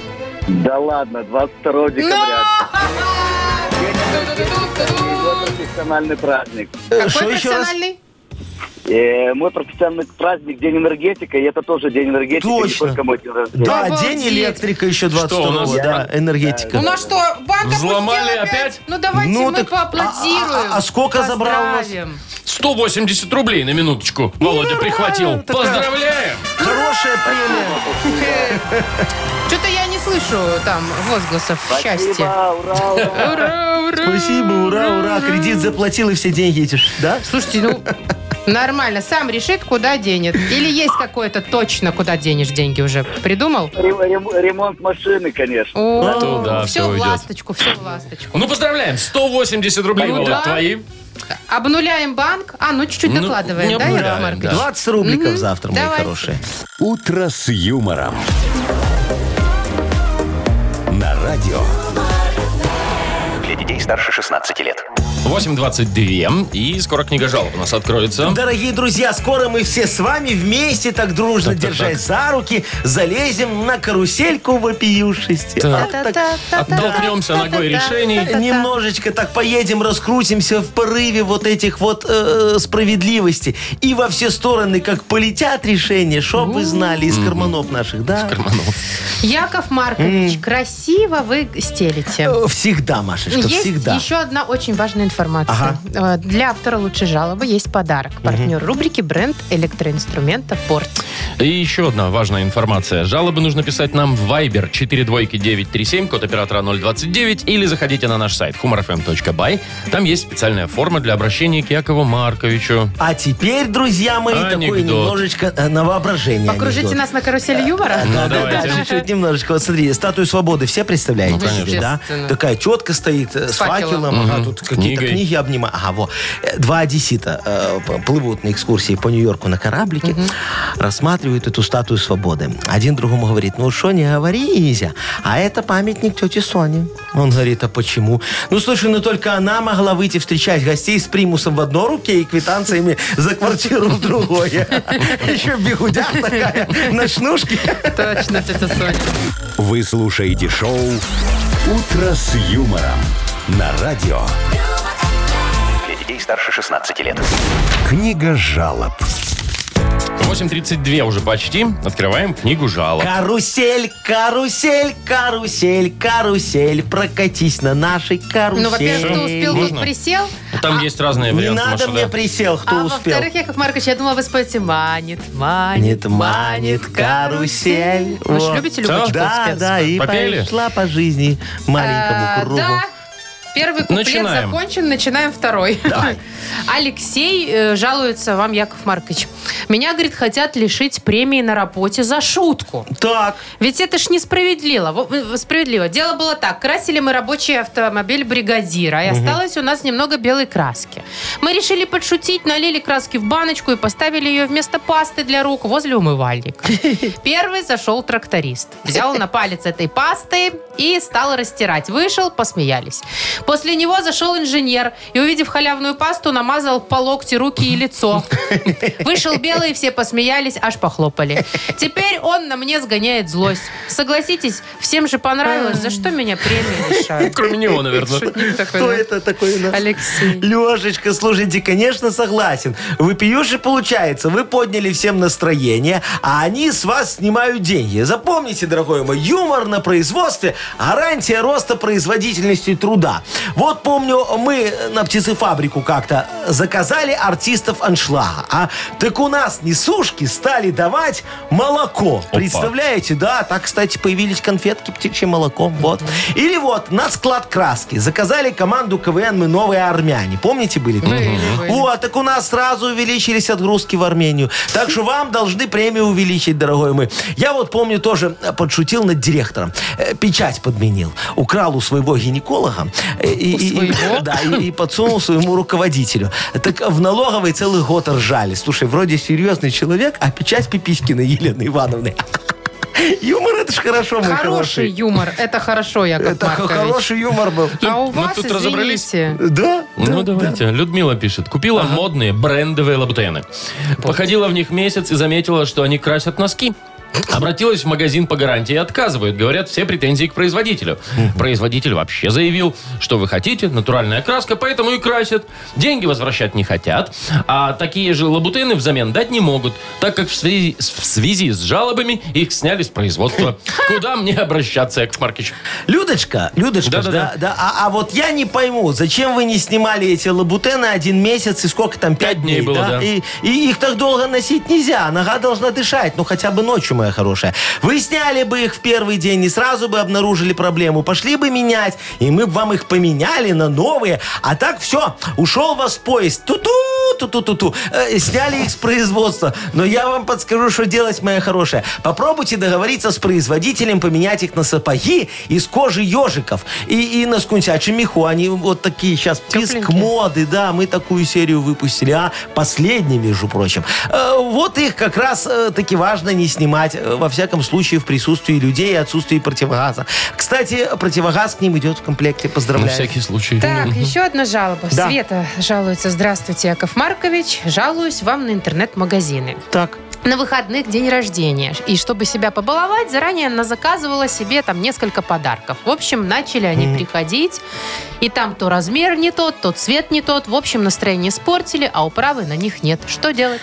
S6: Да ладно, 22 декабря. Мой профессиональный праздник.
S4: Э,
S3: Какой
S4: что еще раз?
S3: профессиональный?
S6: Э, мой профессиональный праздник День энергетика, и это тоже День энергетики,
S4: Точно.
S6: не только мой день рождения.
S4: Да,
S3: Обалдеть.
S4: день электрика еще
S2: Что у нас?
S4: 22 да, энергетика.
S3: У нас Ну, что, банк
S2: Взломали
S3: опустил
S2: опять?
S3: Ну давайте
S4: Ну,
S3: мы
S4: так,
S3: поаплодируем.
S4: а- а- а сколько забрал у нас?
S3: Поздравим.
S2: 180 рублей на минуточку. Володя прихватил.
S4: такая.
S2: Поздравляем!
S4: Хорошая
S3: М-м-м.
S4: премия.
S3: Что-то я не слышу там возгласов счастья.
S6: Спасибо, ура, ура.
S3: Ура, ура.
S4: Спасибо, ура, ура.
S3: М-м-м.
S4: Кредит заплатил и все деньги эти ж, да?
S3: Слушайте, ну нормально, сам решит, куда денет. Или есть какое-то точно, куда денешь деньги уже придумал?
S6: Рем- рем- Ремонт машины, конечно.
S3: О,
S2: Туда
S3: все
S2: всё
S3: в
S2: идет.
S3: ласточку, все в ласточку.
S2: Ну, поздравляем. 180 рублей,
S3: Ну
S2: Володь,
S3: да.
S2: твои.
S3: Обнуляем банк. А, ну чуть-чуть
S2: Ну, не
S3: докладываем, да,
S2: обнуляем,
S3: Яков Маркович?
S2: Да.
S4: 20 рубликов завтра, мои
S3: М-м. давайте.
S4: хорошие.
S1: «Утро с юмором». На радио.
S7: Для детей старше 16 лет.
S2: 8.22. И скоро книга жалоб у нас откроется.
S4: Дорогие друзья, скоро мы все с вами вместе так дружно, держась за руки, залезем на карусельку вопиюшести.
S2: Так.
S4: А так
S2: Оттолкнемся ногой решений.
S4: Немножечко так поедем, раскрутимся в порыве вот этих вот э, э, справедливости. И во все стороны, как полетят решения, чтоб вы знали из карманов наших, да?
S2: Карманов.
S3: Яков Маркович, красиво вы стелите.
S4: Э, Всегда, Машечка,
S3: Есть
S4: всегда.
S3: еще одна очень важная информация. Э, Для автора лучшей жалобы есть подарок. Партнер рубрики бренд электроинструмента «Порт».
S2: И еще одна важная информация. Жалобы нужно писать нам в Viber 42937, код оператора 029, или заходите на наш сайт humorfm.by. Там есть специальная форма для обращения к Якову Марковичу.
S4: А теперь, друзья мои, такое
S2: Анекдот.
S4: немножечко э, на воображение.
S3: Покружите
S4: анекдот. Э,
S3: нас на карусели юмора.
S2: Ну,
S4: Да,
S2: давайте.
S4: чуть-чуть немножечко. Вот смотри, статую свободы все представляете?
S2: Ну, конечно.
S4: себе, да?
S3: Естественно.
S4: Такая четко стоит э, с,
S3: факелом.
S4: факелом. ага,
S2: Мгм.
S4: тут какие-то
S2: Книгой.
S4: книги обнимают. Ага, во. Э, Два одессита э, п- плывут на экскурсии по Нью-Йорку на кораблике, рассматривают эту статую свободы. Один другому говорит, ну что, не говори, Изя, а это памятник тете Соне. Он говорит, а почему? Ну, слушай, ну только она могла выйти встречать гостей с примусом в одной руке и квитанциями за квартиру в другой. Еще бегудя такая, ночнушки.
S3: Точно, тетя Соня.
S1: Вы слушаете шоу «Утро с юмором». На радио.
S7: Для детей старше 16 лет.
S1: Книга жалоб.
S2: 8.32 уже почти. Открываем книгу жалоб.
S4: Карусель, карусель, карусель, карусель, прокатись на нашей карусели.
S3: Ну, во-первых, кто успел,
S2: Можно?
S3: тот присел.
S2: Там есть разные
S4: Не
S2: варианты.
S4: надо
S2: Маша,
S4: мне
S2: да.
S4: присел, кто
S3: а
S4: успел.
S3: во-вторых, Яков Маркович, я думала, вы споете «Манит, манит,
S4: Нет, манит карусель.
S3: Вы же
S4: Вот.
S3: любите Любочку
S4: Да,
S3: Успенскую?
S4: да, и
S2: Попели?
S4: пошла по жизни
S3: А,
S4: маленькому кругу.
S3: Да. Первый куплет
S2: Начинаем.
S3: закончен, начинаем второй. Алексей э, жалуется вам, Яков Маркович. Меня, говорит, хотят лишить премии на работе за шутку.
S4: Так,
S3: Ведь это ж несправедливо. Во- э, Справедливо. Дело было так. Красили мы рабочий автомобиль бригадира, и осталось у нас немного белой краски. Мы решили подшутить, налили краски в баночку и поставили ее вместо пасты для рук возле умывальника. Первый зашел тракторист. Взял на палец этой пасты и стал растирать. Вышел, посмеялись. После него зашел инженер и, увидев халявную пасту, намазал по локти руки и лицо. Вышел белый, все посмеялись, аж похлопали. Теперь он на мне сгоняет злость. Согласитесь, всем же понравилось, за что меня премии лишают.
S2: Кроме него, наверное.
S3: Шутник такой,
S4: Кто
S3: да? А
S4: это такой у нас?
S3: Алексей.
S4: Лешечка, слушайте, конечно, согласен. Выпиюши получается, вы подняли всем настроение, а они с вас снимают деньги. Запомните, дорогой мой, юмор на производстве – гарантия роста производительности труда. Вот помню, мы на птицефабрику как-то заказали артистов аншлага, а так у нас несушки стали давать молоко. Представляете, да? Так, кстати, появились конфетки птичьим молоком. Вот. Или вот, на склад краски. Заказали команду КВН «Мы новые армяне». Помните, были? такие?
S3: Были, были.
S4: Вот, так у нас сразу увеличились отгрузки в Армению. Так что вам должны премию увеличить, дорогой мой. Я вот помню тоже э, подшутил над директором. Э, Печать подменил. Украл у своего гинеколога. э, И, и- и- да, и, и подсунул своему руководителю. Так в налоговой целый год ржали. Слушай, вроде серьезный человек, а печать Пиписькина Елены Ивановны. Юмор это ж хорошо, мой
S3: Хороший
S4: хороший.
S3: юмор. Это хорошо, Яков
S4: Это хо-
S3: Маркович.
S4: хороший Ну, юмор был.
S3: А у
S2: Мы
S3: вас,
S2: тут разобрались.
S3: извините,
S4: Да?
S2: Ну, давайте. Людмила пишет. Купила модные брендовые лабутены. Походила в них месяц и заметила, что они красят носки. Обратилась в магазин по гарантии и отказывают. Говорят, все претензии к производителю. Производитель вообще заявил, что вы хотите, натуральная краска, поэтому и красят. Деньги возвращать не хотят, а такие же лабутены взамен дать не могут, так как в связи, с- в связи с жалобами их сняли с производства. Куда мне обращаться, Яков Маркич?
S4: Людочка, Людочка, да, да,
S2: Да-да-да.
S4: А, а вот я не пойму, зачем вы не снимали эти лабутены один месяц и сколько там, пять,
S2: Пять дней было, да.
S4: И, и их так долго носить нельзя, нога должна дышать, ну хотя бы ночью, моя хорошая. Вы сняли бы их в первый день и сразу бы обнаружили проблему, пошли бы менять, и мы бы вам их поменяли на новые, а так все, ушел вас поезд, ту-ту, ту-ту-ту-ту, Э, сняли их с производства. Но я вам подскажу, что делать, моя хорошая. Попробуйте договориться с производителем поменять их на сапоги из кожи ежиков и, и на скунсячем меху. Они вот такие сейчас писк моды, да, мы такую серию выпустили, а последний, между прочим. Э, вот их как раз э, таки важно не снимать, э, во всяком случае, в присутствии людей и отсутствии противогаза. Кстати, противогаз к ним идет в комплекте,
S2: На
S4: поздравляю.
S2: всякий случай.
S3: Так, еще одна жалоба.
S4: Да.
S3: Света жалуется. Здравствуйте, Яков Маркович. Жалуюсь вам на интернет-магазины.
S4: Так.
S3: На выходных день рождения. И чтобы себя побаловать, заранее она заказывала себе там несколько подарков. В общем, начали они приходить. И там то размер не тот, то цвет не тот. В общем, настроение испортили, а управы на них нет. Что делать?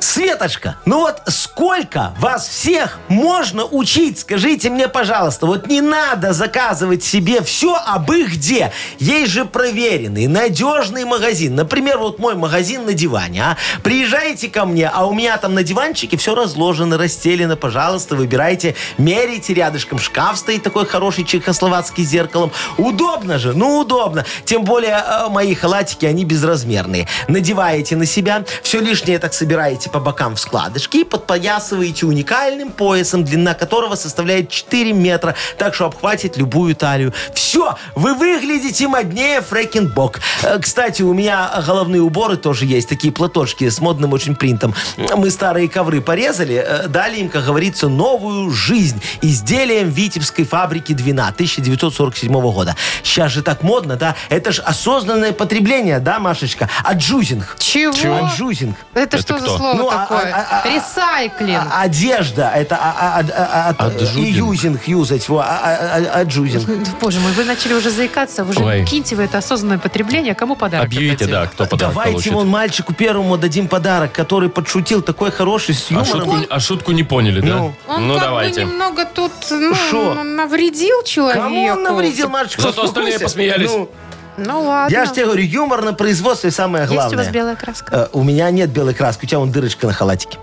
S4: Светочка, ну вот сколько вас всех можно учить? Скажите мне, пожалуйста, вот не надо заказывать себе все об их где. Есть же проверенный, надежный магазин. Например, вот мой магазин на диване, а. Приезжаете ко мне, а у меня там на диванчике все разложено, расстелено. Пожалуйста, выбирайте, мерите рядышком. Шкаф стоит такой хороший, чехословацкий, с зеркалом. Удобно же, ну удобно. Тем более э, мои халатики, они безразмерные. Надеваете на себя, все лишнее так собираете по бокам в складочки и подпоясываете уникальным поясом, длина которого составляет 4 метра, так что обхватит любую талию. Все, вы выглядите моднее фрекенбок. Э, Кстати, у меня головные уборы тоже есть, такие платочки с модным очень принтом. Мы старые ковры порезали, э, дали им, как говорится, новую жизнь изделием витебской фабрики «Двина» 1947 года. Сейчас же так модно, да? Это же осознанное потребление, да, Машечка? А Аджузинг.
S3: Чего?
S4: Аджузинг.
S3: Это, что
S2: кто?
S3: за слово
S4: Ну, а-
S3: такое?
S4: а- а- а-
S3: Ресайклинг.
S4: А- Одежда, это а- а- а- а- а-
S2: Аджузинг.
S4: и юзинг, юзать, во, а- а- а- аджузинг.
S3: Да, Боже мой, вы начали уже заикаться, вы
S2: Ой.
S3: уже киньте вы это осознанное потребление, кому подарок?
S2: Объявите,
S3: отдадим?
S2: да, кто подарок
S4: Давайте
S2: получит.
S4: вон мальчику первому дадим подарок, который подшутил такой хороший с
S2: А
S4: юмором.
S2: шутку, а шутку не поняли, да?
S4: Ну.
S3: Он
S2: ну
S3: как
S2: давайте.
S3: бы немного тут ну,
S4: Шо?
S3: навредил человеку.
S4: Кому он навредил, Машечка?
S2: Зато остальные
S4: Успокойся.
S2: посмеялись.
S4: Ну,
S3: Ну ладно.
S4: я же тебе говорю, юмор на производстве самое
S3: Есть у вас
S4: главное.
S3: белая краска?
S4: Э, У меня нет белой краски, у тебя вон дырочка на халатике.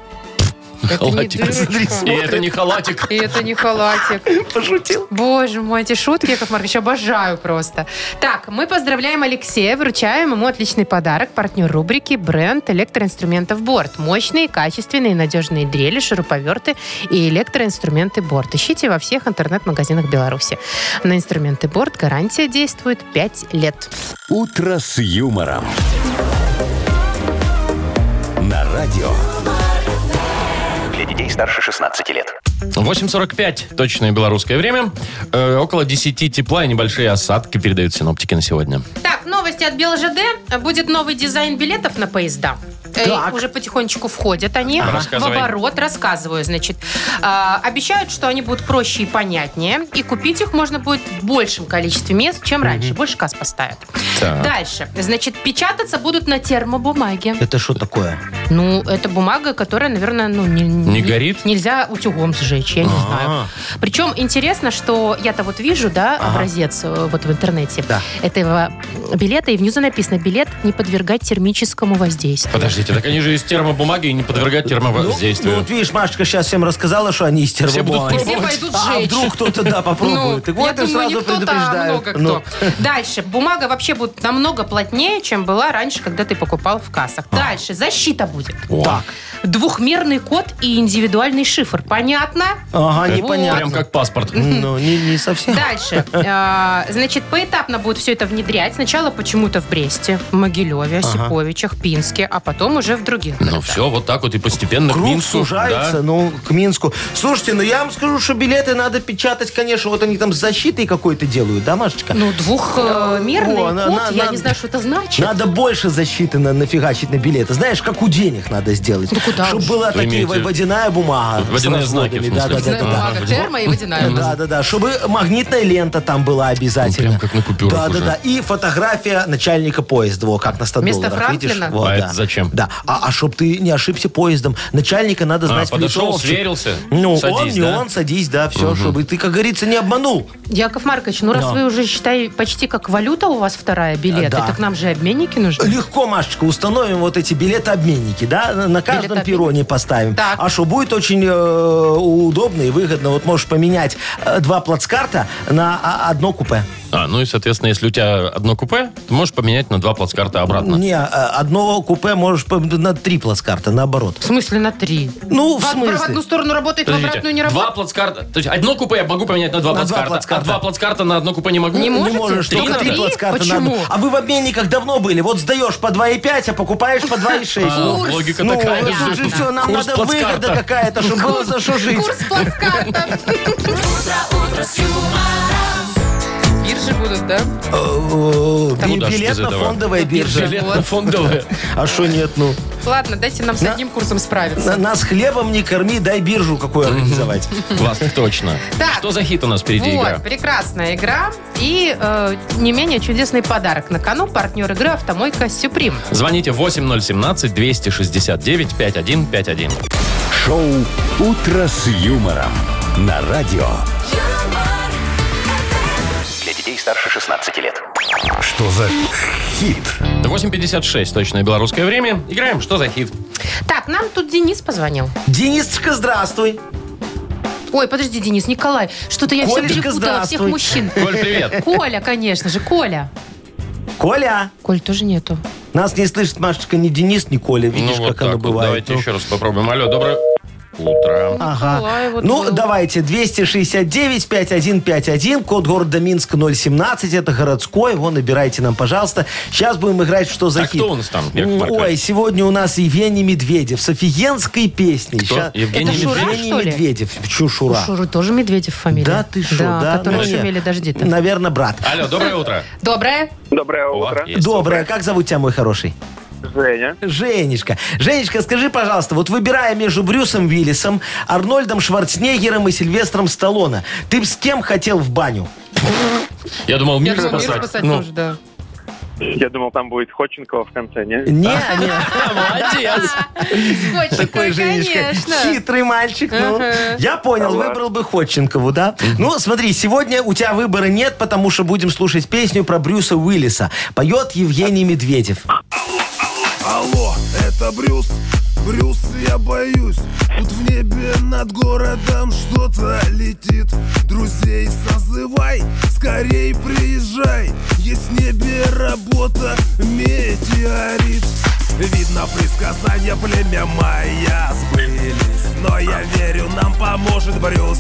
S3: Это не
S2: Халатик.
S3: дырочка.
S2: И это не халатик.
S3: И это не халатик.
S4: Пошутил.
S3: Боже мой, эти шутки, Яков Маркович, обожаю просто. Так, мы поздравляем Алексея, вручаем ему отличный подарок. Партнер рубрики «Бренд электроинструментов Борт». Мощные, качественные, надежные дрели, шуруповерты и электроинструменты Борт. Ищите во всех интернет-магазинах Беларуси. На инструменты Борт гарантия действует 5 лет.
S1: «Утро с юмором». На радио.
S7: Для детей Для детей старше 16 лет.
S2: 8.45, точное белорусское время. Э, около 10 тепла и небольшие осадки передают синоптики на сегодня.
S3: Так, новости от БелЖД. Будет новый дизайн билетов на поезда. Э,
S4: Так.
S3: Уже потихонечку входят они в
S2: Рассказывай.
S3: оборот. Рассказываю, значит. А, обещают, что они будут проще и понятнее. И купить их можно будет в большем количестве мест, чем раньше. Больше касс поставят.
S2: Так.
S3: Дальше. Значит, печататься будут на термобумаге.
S4: Это что такое?
S3: Ну, это бумага, которая, наверное, ну, не,
S2: Не горит?
S3: Нельзя утюгом сжечь, я не
S4: А.
S3: знаю.
S2: А.
S3: Причем интересно, что я-то вот вижу, да, образец э, вот в интернете
S4: Да.
S3: этого билета, и внизу написано «билет не подвергать термическому воздействию».
S2: Подождите, так они же из термобумаги и не подвергают
S4: Ну, ну,
S2: термовоздействию.
S4: вот видишь, Машечка сейчас всем рассказала, что они из
S2: Все будут
S4: термобумаги.
S2: пробовать.
S3: Все пойдут
S4: А
S3: жечь.
S4: вдруг кто-то, да, попробует. Так
S3: Ну, я
S4: вот, я
S3: думаю, не
S4: сразу
S3: кто-то, а
S4: предупреждаю.
S3: много
S4: Ну,
S3: кто. Дальше. Бумага вообще будет намного плотнее, чем была раньше, когда ты покупал в кассах. Дальше. Защита будет.
S4: А. Так.
S3: Двухмерный код и индивидуальный шифр. Понятно?
S4: Ага,
S2: Это
S4: непонятно.
S2: Прям как паспорт.
S4: Ну, не, не совсем.
S3: Дальше. Э, Значит, поэтапно будут все это внедрять. Сначала почему-то в Бресте, Могилеве, Осиповичах, Пинске, а потом уже в других
S2: Ну
S3: городах.
S2: все, вот так вот и постепенно к
S4: Круг
S2: Минску.
S4: сужается,
S2: да.
S4: ну, к Минску. Слушайте, ну я вам скажу, что билеты надо печатать, конечно, вот они там с защитой какой-то делают, да, Машечка?
S3: Ну, двухмерный
S4: О, на-
S3: код,
S4: на-
S3: я
S4: на-
S3: не знаю, что это значит.
S4: Надо больше защиты на, нафигачить на билеты. Знаешь, как у денег надо сделать.
S3: Ну, куда
S4: Чтобы
S3: уж.
S4: была
S2: Вы
S4: такие
S2: имеете-
S4: водяная бумага. с
S2: Водяные знаки, в
S4: разводами.
S2: смысле.
S4: Да, да, да, да, да.
S2: Ага.
S3: Бумага термо и водяная.
S4: Да, да, да. Чтобы магнитная лента там была обязательно.
S2: Ну, прям как на купюрах
S4: Да,
S2: уже.
S4: да, да. И фотография начальника поезда, во, как на 100
S3: Вместо
S4: долларах, видишь?
S3: Франклина?
S4: Вот,
S2: А это
S4: да.
S2: зачем?
S4: Да. А, а чтоб ты не ошибся поездом. Начальника надо
S2: А,
S4: знать в
S2: подошел,
S4: лицо.
S2: сверился.
S4: Ну, он,
S2: Садись,
S4: не
S2: да?
S4: он, садись, да, все, чтобы ты, как говорится, не обманул.
S3: Яков Маркович, ну раз
S4: Да.
S3: вы уже, считай, почти как валюта у вас вторая билеты,
S4: Да.
S3: так нам же обменники нужны.
S4: Легко, Машечка, установим вот эти билеты-обменники, да, на- на каждом
S3: Билеты-обменники.
S4: перроне поставим.
S3: Так.
S4: А что будет очень э, удобно и выгодно, вот можешь поменять э, два плацкарта на а, одно купе.
S2: А, ну и, соответственно, если у тебя одно купе, ты можешь поменять на два плацкарта обратно.
S4: Не, э, одно купе можешь пом- на три плацкарта, наоборот.
S3: В смысле на три?
S4: Ну, в
S3: в, од- в
S4: смысле?
S3: одну сторону работает, в
S2: Подождите,
S3: обратную не
S2: два
S3: работает.
S2: плацкарта, то есть одно купе я могу поменять на два
S4: На два
S2: плацкарта, а
S4: плацкарта.
S2: два плацкарта на одно купе не могу?
S3: Не можете?
S4: можешь,
S3: Только
S4: только
S3: три?
S4: три плацкарта на
S3: Почему?
S4: одну. А вы в обменниках давно были. Вот сдаешь по 2,5, а покупаешь по 2,6.
S2: А,
S4: Ну,
S3: курс.
S2: логика
S4: ну,
S2: такая.
S4: вот тут же
S3: понятно.
S4: все, нам
S2: Курс
S4: надо
S2: плацкарта.
S4: выгода какая-то, чтобы было за что жить. Э,
S3: Курс плацкарта. Биржи будут, да?
S4: О,
S2: Там
S4: би-
S2: куда ж ты
S4: э, Билет на
S2: задавал?
S4: фондовая биржа.
S2: Билет на фондовое.
S4: А что нет, ну?
S3: Ладно, дайте нам с
S4: На-
S3: одним курсом
S4: На-
S3: справиться.
S4: Нас хлебом не корми, дай биржу какую организовать.
S2: Вас так точно.
S3: Так.
S2: Что за хит у нас впереди игра?
S3: Вот, прекрасная игра и э, не менее чудесный подарок на кону. Партнер игры «Автомойка Сюприм».
S2: Звоните 8017-269-5151.
S1: Шоу «Утро с юмором» на радио.
S7: Для детей старше 16 лет.
S1: Что за хит?
S2: 8.56, точное белорусское время. Играем «Что за хит?»
S3: Так, нам тут Денис позвонил.
S4: Денисочка, здравствуй.
S3: Ой, подожди, Денис, Николай, что-то я все
S4: Колечка,
S3: перепутала всех
S4: здравствуй.
S3: мужчин.
S2: Коль, привет.
S3: Коля, конечно же, Коля.
S4: Коля.
S3: Коль тоже нету.
S4: Нас не слышит Машечка ни Денис, ни Коля. Видишь,
S2: ну вот
S4: как оно
S2: так вот.
S4: бывает.
S2: Давайте
S4: Ну.
S2: еще раз попробуем. Алло, доброе утро.
S3: Николай
S4: Ага.
S3: вот
S4: ну,
S3: был.
S4: давайте, 269-5151, код города Минск 017, это городской, вон, набирайте нам, пожалуйста. Сейчас будем играть в «Что за
S2: А
S4: хит».
S2: кто у нас там, Яков
S4: М,
S2: Маркович?
S4: Ой, сегодня у нас Евгений Медведев с офигенской песней.
S2: Кто?
S4: Ща-
S2: Евгений
S3: Это Шура,
S2: Медведев?
S4: Евгений
S3: что ли?
S4: Медведев, Чу
S3: У
S4: Шура.
S3: Шуры тоже Медведев фамилия.
S4: Да ты что, да?
S3: Которые
S4: Ну, не.
S3: шумели дожди-то.
S4: Наверное, брат.
S2: Алло, доброе утро.
S3: Доброе.
S6: Доброе
S2: Вот,
S6: утро,
S2: есть.
S4: Доброе, а как зовут тебя, мой хороший?
S6: Женя.
S4: Женечка. Женечка, скажи, пожалуйста, вот выбирая между Брюсом Виллисом, Арнольдом Шварценеггером и Сильвестром Сталлоне, ты б с кем хотел в баню?
S2: Я думал,
S3: Я
S2: мир
S3: думаю, мир
S2: спасать.
S3: спасать
S2: Ну,
S3: тоже, да.
S6: Я думал, там будет Ходченкова в конце, не?
S4: Не, не.
S2: молодец.
S3: Ходченко,
S4: А? Такой Женечка.
S3: конечно.
S4: Хитрый мальчик. Ну,
S3: Ага.
S4: я понял, выбрал бы Ходченкову, да? Ну, смотри, сегодня у тебя выбора нет, потому что будем слушать песню про Брюса Уиллиса. Поет Евгений Медведев.
S8: Алло, это Брюс Брюс, я боюсь Тут в небе над городом что-то летит Друзей созывай, скорей приезжай Есть в небе работа, метеорит Видно, предсказания племя моя сбылись Но я верю, нам поможет Брюс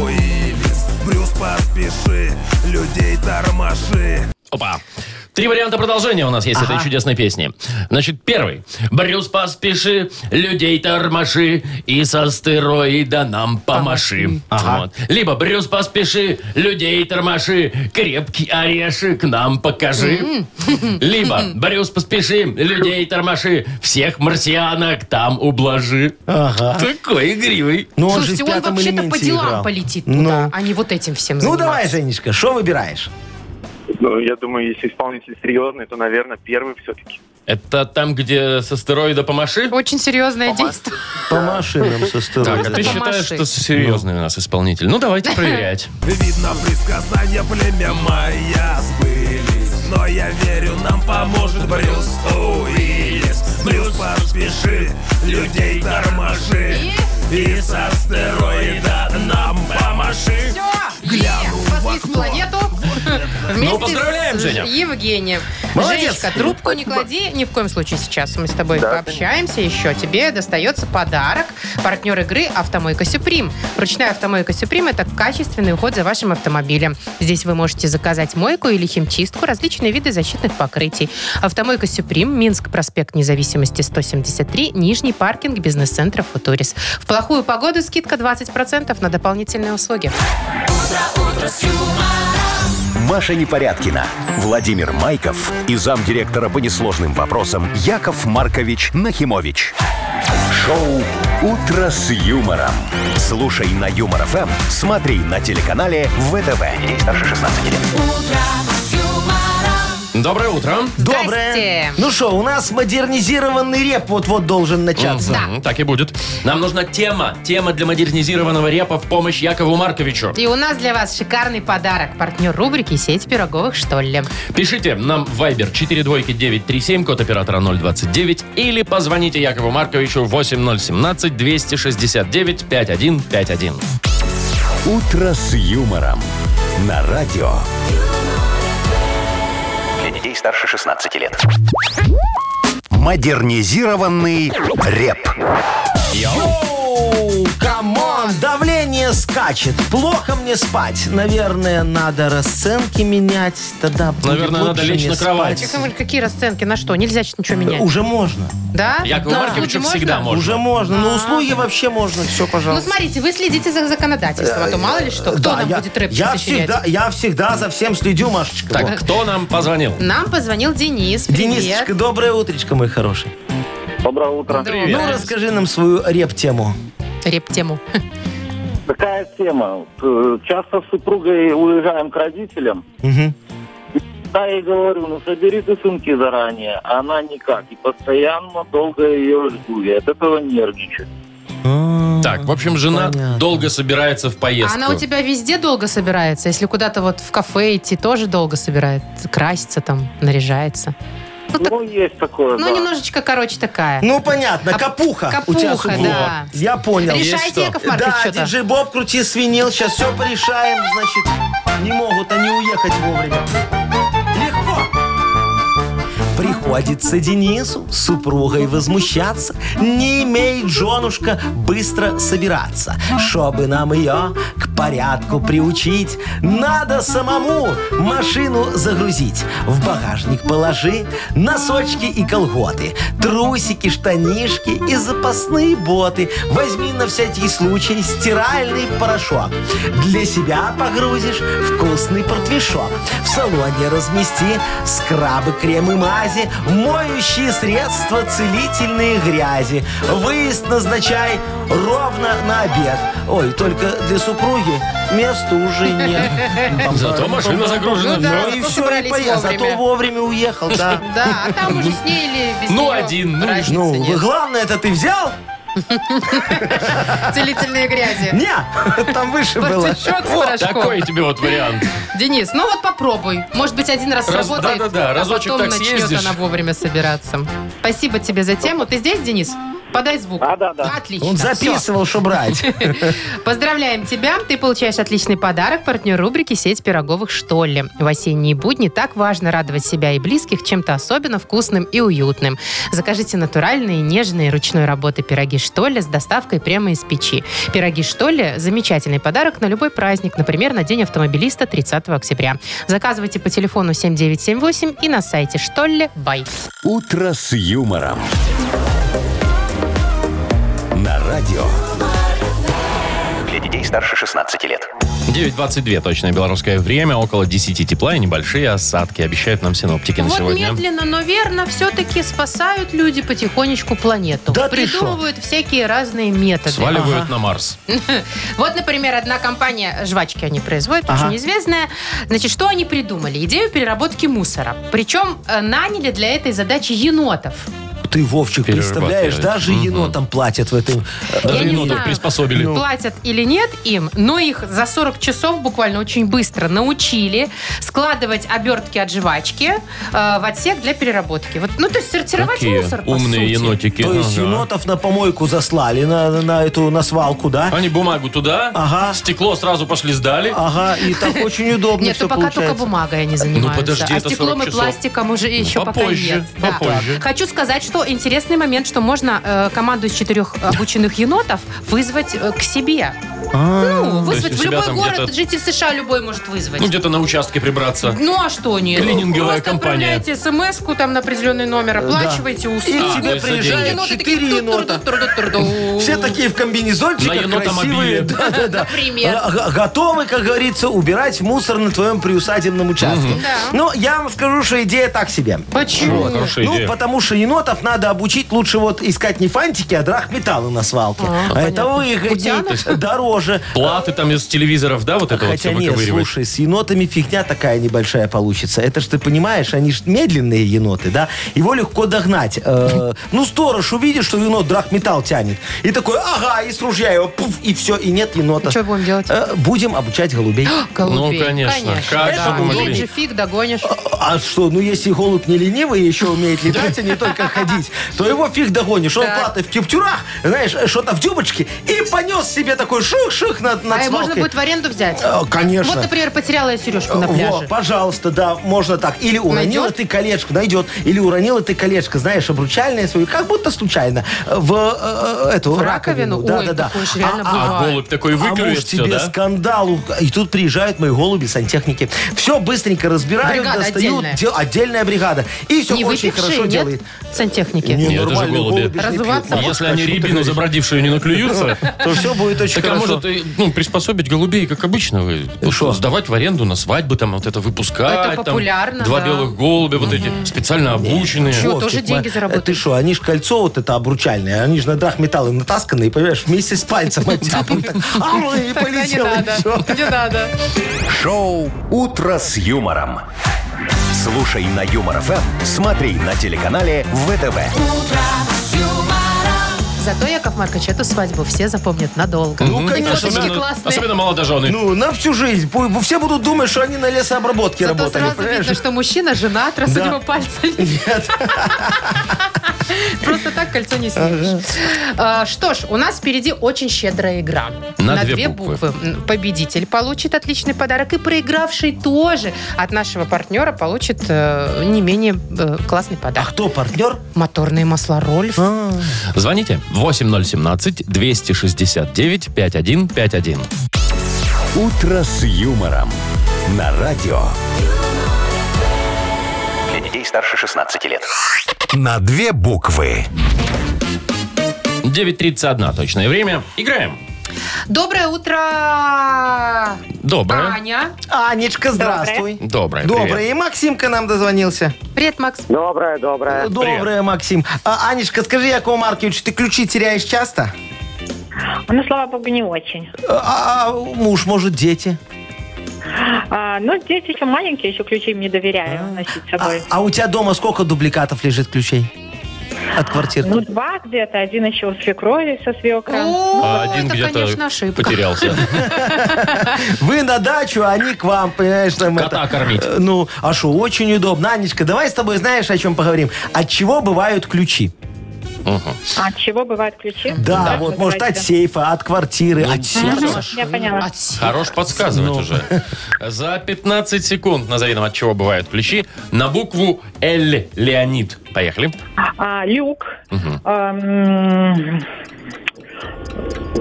S8: Уиллис Брюс, поспеши, людей тормоши
S2: Опа. Три варианта продолжения у нас есть
S4: Ага.
S2: этой чудесной песни. Значит, первый. Брюс, поспеши, людей тормоши, и с астероида нам помаши. Вот. Либо Брюс, поспеши, людей тормоши, крепкий орешек нам покажи. Либо Брюс, поспеши, людей тормоши, всех марсианок там ублажи.
S4: А. Ага.
S2: Такой игривый.
S4: Ну, же
S3: Слушайте,
S4: в
S3: он
S4: пятом
S3: вообще-то по
S4: элементе
S3: делам
S4: играл.
S3: полетит
S4: Ну.
S3: туда, а не вот этим всем
S4: Ну,
S3: заниматься.
S4: давай, Женечка, что выбираешь?
S9: Ну, я думаю, если исполнитель серьезный, то, наверное, первый все-таки.
S2: Это там, где с астероида помаши?
S3: Очень серьезное действие.
S4: По машинам со стороны.
S2: Так, а ты
S3: помаши.
S2: считаешь, что серьезный у нас исполнитель? Ну, давайте проверять.
S8: Видно, предсказания племя моя сбылись Но я верю, нам поможет Брюс Уиллис Брюс, поспеши, людей торможи И с астероида нам помаши Глянул в
S3: Спасли
S8: окно.
S3: планету. Вместе
S2: Ну, поздравляем,
S3: с
S2: Женя.
S3: Евгением.
S4: Молодец.
S3: Женечка, трубку не клади ни в коем случае сейчас. Мы с тобой пообщаемся еще. Тебе достается подарок. Партнер игры «Автомойка Сюприм». Ручная «Автомойка Сюприм» — это качественный уход за вашим автомобилем. Здесь вы можете заказать мойку или химчистку, различные виды защитных покрытий. «Автомойка Сюприм», Минск, проспект Независимости, 173, Нижний паркинг бизнес-центра «Футурис». В плохую погоду скидка 20% на дополнительные услуги.
S1: Маша Непорядкина, Владимир Майков и замдиректора по несложным вопросам Яков Маркович Нахимович. Шоу «Утро с юмором». Слушай на Юмор ФМ, смотри на телеканале ВТВ. Ей старше 16 лет.
S2: Доброе утро.
S4: Доброе.
S3: Здрасте.
S4: Ну что, у нас модернизированный реп вот-вот должен начаться.
S2: Мгм, Так и будет. Нам нужна тема. Тема для модернизированного репа в помощь Якову Марковичу.
S3: И у нас для вас шикарный подарок. Партнер рубрики «Сеть пироговых, что ли».
S2: Пишите нам в Viber 42937, код оператора 029, или позвоните Якову Марковичу 8017-269-5151.
S1: «Утро с юмором» на радио.
S7: Для детей старше 16 лет.
S1: Модернизированный реп.
S4: Йоу, камон, давление скачет, плохо мне спать. Наверное, надо расценки менять, тогда будет
S2: Наверное, надо
S4: лучше
S2: лечь
S4: мне
S2: на кровать.
S4: спать.
S3: Яковлевич, какие расценки? На что? Нельзя сейчас ничего менять.
S4: Уже можно.
S3: Да?
S2: Якову
S3: Да.
S2: Марковичу
S3: Услуги
S2: всегда можно.
S4: Уже можно. На услуги вообще можно. Все,
S3: А. Ну,
S4: пожалуйста.
S3: смотрите, вы следите за законодательством, а то мало ли что. Кто
S4: Э, Да,
S3: нам
S4: я,
S3: будет рэп
S4: я
S3: сочинять?
S4: всегда, я всегда за всем следю, Машечка.
S2: Так,
S4: Вот.
S2: кто нам позвонил?
S3: Нам позвонил Денис. Э, Привет.
S4: Денисочка, доброе утречко, мой хороший.
S6: Доброе утро.
S4: Ну, расскажи нам свою реп-тему.
S3: Реп-тему.
S6: Такая тема. Э, Часто с супругой уезжаем к родителям.
S4: Мгм.
S6: Да, я ей говорю, ну собери ты сумки заранее. Она никак. И постоянно долго ее жду. Я от этого нервничаю.
S4: А,
S2: Так, в общем, жена
S4: понятно.
S2: долго собирается в
S3: А
S2: поездку.
S3: Она у тебя везде долго собирается? Если куда-то вот в кафе идти, тоже долго собирает? Красится там, наряжается? Ну, так-
S6: Ну, есть такое,
S3: ну,
S6: да.
S3: немножечко, короче, такая.
S4: Ну, понятно,
S3: Кап-
S4: капуха. у
S3: капуха,
S4: тебя супруга.
S3: да.
S4: Я понял.
S2: есть
S3: Решайте,
S2: что.
S3: Яков Маркович,
S4: да,
S3: что-то.
S4: диджей Боб, крути свинил, сейчас все порешаем, значит, не могут они уехать вовремя. Легко. Приходится Денису с супругой возмущаться. Не имеет женушка быстро собираться. Чтобы нам ее к порядку приучить, надо самому машину загрузить. В багажник положи носочки и колготы, трусики, штанишки и запасные боты. Возьми на всякий случай стиральный порошок. Для себя погрузишь вкусный портвишок. В салоне размести скрабы, кремы, мази, моющие средства целительные грязи. Выезд назначай ровно на обед. Ой, только для супруги места уже нет.
S2: Зато машина загружена.
S3: Ну да.
S4: Ну и
S3: зато
S4: все,
S3: собрались
S4: и поехал.
S3: вовремя.
S4: Зато вовремя уехал, да.
S3: Да, а там уже с ней или без
S2: Ну,
S3: нее
S2: один, ну,
S3: разницы
S4: Ну,
S3: нет.
S4: главное это ты взял?
S3: Целительные грязи.
S4: Не, там выше было.
S3: Бартышок с
S2: Такой
S3: порошком.
S2: тебе вот вариант.
S3: Денис, ну вот попробуй. Может быть, один раз
S2: Раз-
S3: сработает,
S2: да-да-да,
S3: а
S2: разочек
S3: потом
S2: так
S3: начнет
S2: съездишь.
S3: она вовремя собираться. Спасибо тебе за тему. Ты здесь, Денис? Подай звук.
S6: А, Да, да, да.
S3: Отлично.
S4: Он
S3: Всё.
S4: записывал, что брать.
S3: Поздравляем тебя! Ты получаешь отличный подарок партнер рубрики «Сеть пироговых что ли». В осенние будни так важно радовать себя и близких чем-то особенно вкусным и уютным. Закажите натуральные, нежные, ручной работы пироги что ли с доставкой прямо из печи. Пироги что ли – замечательный подарок на любой праздник, например, на День автомобилиста 30 октября. Заказывайте по телефону 7978 и на сайте что ли бай.
S1: «Утро с юмором». На радио.
S7: Для детей старше 16 лет.
S2: 9.22 точное белорусское время, около 10 тепла и небольшие осадки, обещают нам синоптики на
S3: Вот
S2: сегодня.
S3: медленно, но верно, все-таки спасают люди потихонечку планету.
S4: Да ты шо?
S3: Придумывают всякие разные методы.
S2: Сваливают на Марс.
S3: Вот, например, одна компания, жвачки они производят,
S4: Ага.
S3: очень известная. Значит, что они придумали? Идею переработки мусора. Причем э, наняли для этой задачи енотов.
S4: Ты, Вовчик, представляешь,
S2: Перерабатывает.
S4: даже енотам платят в этом... э,
S3: Я не
S2: енотов
S3: знаю. ну.
S2: приспособили.
S3: Платят или нет им, но их за 40 часов буквально очень быстро научили складывать обертки от жвачки э, в отсек для переработки. Вот, ну, то есть сортировать
S2: Какие
S3: мусор, по
S2: умные
S3: сути.
S2: енотики.
S4: То есть
S2: Ага.
S4: енотов на помойку заслали, на, на- на эту, на свалку, да?
S2: Они бумагу туда,
S4: Ага. А.
S2: стекло сразу пошли сдали.
S4: Ага, и так очень удобно
S3: Нет,
S4: все
S3: ну пока
S4: получается.
S3: только бумагой они занимаются.
S2: подожди,
S3: а
S2: это
S3: стеклом
S2: 40
S3: и
S2: часов. Ну,
S3: пластиком уже еще
S2: попозже,
S3: пока нет. Да.
S2: попозже.
S3: Хочу сказать, что интересный момент, что можно э, команду из четырех обученных енотов вызвать э, к себе. Ну, вызвать
S2: А, есть у
S3: в
S2: себя
S3: любой
S2: там
S3: город,
S2: где-то-
S3: житель США любой может вызвать.
S2: Ну, где-то на участке прибраться.
S3: Ну а что нет?
S2: Клининговая
S3: Просто
S2: компания. Э, А,
S3: отправляйте смс-ку там на определенный номер, оплачивайте,
S4: И
S3: услуги.
S4: к
S2: то
S4: тебе
S2: есть за
S4: приезжают
S3: Еноты ну, такие,
S4: четыре енота.
S3: «Тур-тур-тур-тур-тур-тур».
S4: Все такие в
S2: На
S4: комбинезончиках
S2: енотомобиле.
S4: красивые. Да-да-да.
S3: Например.
S4: Г- г- Готовы, как говорится, убирать мусор на твоем приусадебном участке.
S3: Да.
S4: Но я вам скажу, что идея так себе.
S3: Почему?
S2: Хорошая
S4: ну,
S2: идея.
S4: потому что енотов надо обучить лучше вот искать не фантики, а драгметаллы на свалке. А это выгоднее,
S3: Путянов?
S4: дороже.
S2: Платы там из телевизоров, да, вот это вот
S4: Хотя
S2: все
S4: нет,
S2: выковыривать?
S4: слушай, с енотами фигня такая небольшая получится. Это ж ты понимаешь, они ж медленные еноты, да? Его легко догнать. Э, ну, сторож увидит, что енот драгметалл тянет. И такой, ага, и с ружья его, пуф, и все, и нет енота.
S3: И что будем делать?
S4: Э, будем обучать голубей.
S3: Голубей.
S2: Ну, конечно. Как
S3: да.
S2: же мы могли?
S3: Тут же фиг догонишь.
S4: А что, ну если голубь не ленивый, еще умеет летать, а не только ходить, то его фиг догонишь. Он
S3: Так.
S4: платы в кептюрах, знаешь, э, что-то в дюбочке, и понес себе такой шух-шух над, над
S3: А и можно
S4: свалкой.
S3: будет в аренду взять?
S4: Э, Конечно.
S3: Вот, например, потеряла я сережку на
S4: Э, Во,
S3: пляже.
S4: пожалуйста, да, можно так. Или уронила
S3: Найдет?
S4: ты колечко, найдет. Или уронила ты колечко, знаешь, обручальное свое, как будто случайно, э, в э, э, эту
S3: В раковину?
S4: раковину.
S3: Ой,
S4: Да, да, да.
S3: такое ж реально
S2: А
S3: бывает.
S2: голубь такой
S4: а
S2: выклюет
S4: муж
S2: все,
S4: тебе
S2: да?
S4: скандал. И тут приезжают мои голуби, сантехники. Все быстренько разбирают,
S3: Бригада
S4: достают.
S3: отдельная.
S4: дел- отдельная бригада. И все
S3: Не
S4: очень
S3: выпившие,
S4: хорошо
S3: нет?
S4: делает.
S3: Сантехники.
S4: Не,
S2: Нет, это же
S4: нормальные
S2: голуби.
S4: голуби ж не пьют.
S3: Развиваться
S4: Ну,
S2: Если
S4: вот
S2: они
S4: хочу, ты
S2: рябину
S4: говоришь.
S2: забродившую не наклюются,
S4: то все будет очень
S2: так а
S4: хорошо.
S2: может и, ну, приспособить голубей, как обычно, вы, вот
S4: шо?
S2: сдавать в аренду на свадьбы, там вот это выпускать.
S3: Это
S2: там
S3: популярно,
S2: Два
S3: да.
S2: белых голубя, вот эти специально обученные.
S3: Чё?
S4: Вовчик,
S3: тоже деньги
S4: ма-
S3: заработают.
S4: Ты что, они ж кольцо вот это обручальное, они же на драгметаллы натасканные, понимаешь, вместе с пальцем оттяпают. так, ау,
S3: Тогда
S4: И
S3: не
S4: полетело, и
S3: надо.
S4: всё.
S3: Не надо.
S1: Шоу «Утро с юмором». Слушай на Юмор ФМ, смотри на телеканале ВТВ.
S3: Зато Яков Маркович эту свадьбу все запомнят надолго.
S4: Ну,
S3: И
S4: конечно,
S3: фоточки
S4: надо.
S2: Особенно,
S3: классные.
S2: особенно молодожены.
S4: Ну, на всю жизнь. Пу- Все будут думать, что они на лесообработке
S3: Зато
S4: работали.
S3: сразу
S4: понимаешь?
S3: видно, что мужчина женат, раз у
S4: Да.
S3: него пальца нет.
S4: Нет.
S3: Просто так кольцо не снимешь. А, Что ж, у нас впереди очень щедрая игра.
S2: На две буквы.
S3: М, Победитель получит отличный подарок, и проигравший тоже от нашего партнера получит э, не менее э, классный
S4: А
S3: подарок.
S4: кто партнер?
S3: Моторные масла Рольф.
S4: А.
S2: Звоните 8017-269-5151.
S1: «Утро с юмором» на радио.
S7: Для детей старше 16 лет.
S1: На две буквы.
S2: 9.31 точное время. Играем.
S3: Доброе утро,
S2: Доброе.
S3: Аня.
S4: Анечка, здравствуй.
S2: Доброе.
S4: Доброе. И Максимка нам дозвонился.
S3: Привет, Макс.
S6: Доброе, доброе.
S4: Доброе, Максим. А, Анечка, скажи, Якову Марковичу, ты ключи теряешь часто?
S5: Ну, слава богу, не очень.
S4: А, а муж, может, дети?
S5: А, ну, дети еще маленькие, еще ключи им не доверяю носить с
S4: А,
S5: собой.
S4: а у тебя дома сколько дубликатов лежит ключей? От квартир.
S5: Ну, два где-то, один еще у свекрови со свекром.
S3: О,
S2: А один
S3: ну, это, конечно,
S2: где-то
S3: ошибка.
S2: потерялся.
S4: Вы на дачу, а они к вам, понимаешь, там
S2: Кота
S4: это-
S2: кормить.
S4: Э, Ну, а что, очень удобно. Анечка, давай с тобой знаешь, о чем поговорим. От чего бывают ключи?
S5: От чего бывают ключи?
S4: Да, вот, может, от сейфа, от квартиры,
S2: Ну,
S4: от сердца.
S5: Я поняла.
S3: От си-
S2: Хорош подсказывать уже. За 15 секунд назови нам, от чего бывают ключи, на букву Л. Леонид. Поехали.
S5: А, люк, эм,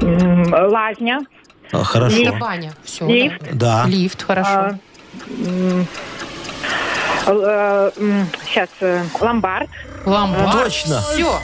S5: м, лазня,
S4: А, Хорошо.
S3: Это баня. Все.
S5: Лифт. А.
S4: Да.
S3: Лифт, хорошо.
S5: э, сейчас э, ломбард.
S3: Ламбард.
S4: Ну, Точно.
S3: Все.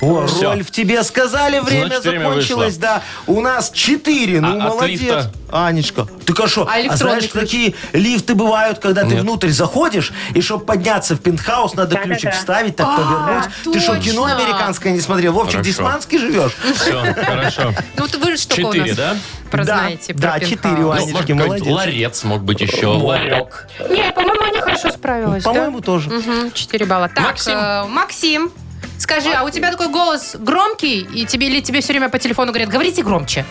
S4: О,
S2: Всё.
S4: Рольф, тебе сказали, время
S2: Значит, время
S4: закончилось,
S2: вышло.
S4: да. У нас 4, ну
S2: А от
S4: молодец.
S2: лифта?
S4: Анечка, ты кашо,
S3: А
S4: а,
S3: электронный
S4: знаешь,
S3: ключ?
S4: какие лифты бывают, когда ты внутрь заходишь, и чтобы подняться в пентхаус, надо
S5: Да-да-да.
S4: ключик вставить, так повернуть. Ты что, кино
S3: А, точно.
S4: американское не смотрел? Вовчик,
S2: Хорошо.
S4: дисманский живешь?
S2: Все, хорошо.
S3: Ну, вот вы же что у
S2: Четыре,
S3: нас
S2: да?
S3: прознаете.
S4: Да,
S3: про
S4: да,
S3: пентхаус.
S4: четыре у
S2: Ну,
S4: Анечки,
S2: может, какой-нибудь
S4: молодец.
S2: ларец мог быть еще. Ларек.
S3: Не, по-моему, они хорошо справилась. да?
S4: По-моему, тоже.
S3: Мгм, Четыре балла. Так,
S2: Максим.
S3: э, Максим, скажи, а у тебя такой голос громкий, и тебе или тебе все время по телефону говорят, говорите громче.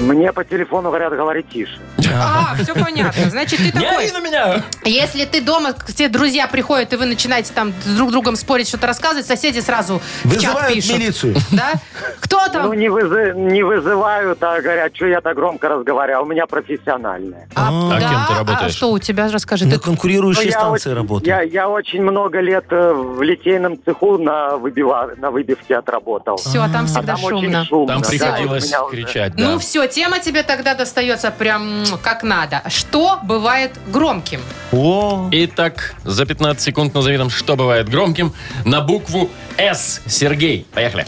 S6: Мне по телефону говорят, говори тише.
S3: А, все понятно. Значит, ты
S2: Не
S3: такой.
S2: ори на меня!
S3: Если ты дома, к тебе друзья приходят, и вы начинаете там с друг другом спорить, что-то рассказывать, соседи сразу в чат
S4: Вызывают
S3: пишут.
S4: милицию.
S3: Да? Кто там?
S6: Ну, не, вызы- не вызывают, а говорят, что я так громко разговариваю, а у меня профессиональное.
S3: А,
S2: А
S3: да,
S2: кем ты работаешь?
S3: А что у тебя, расскажи.
S4: На
S3: Ты
S6: Ну,
S4: конкурирующей
S6: я
S4: станции
S6: очень-
S4: работают.
S6: Я, я очень много лет э, в литейном цеху на, выбива, на выбивке отработал.
S3: все, а там
S6: а
S3: всегда
S6: там
S3: шумно.
S6: очень шумно.
S2: Там
S6: да,
S2: приходилось
S6: и у меня уже-
S2: кричать, да.
S3: Ну все, тема тебе тогда достается прям м, как надо. Что бывает громким?
S4: О,
S2: Итак, за 15 секунд назови нам, что бывает громким, на букву «С». Сергей, поехали.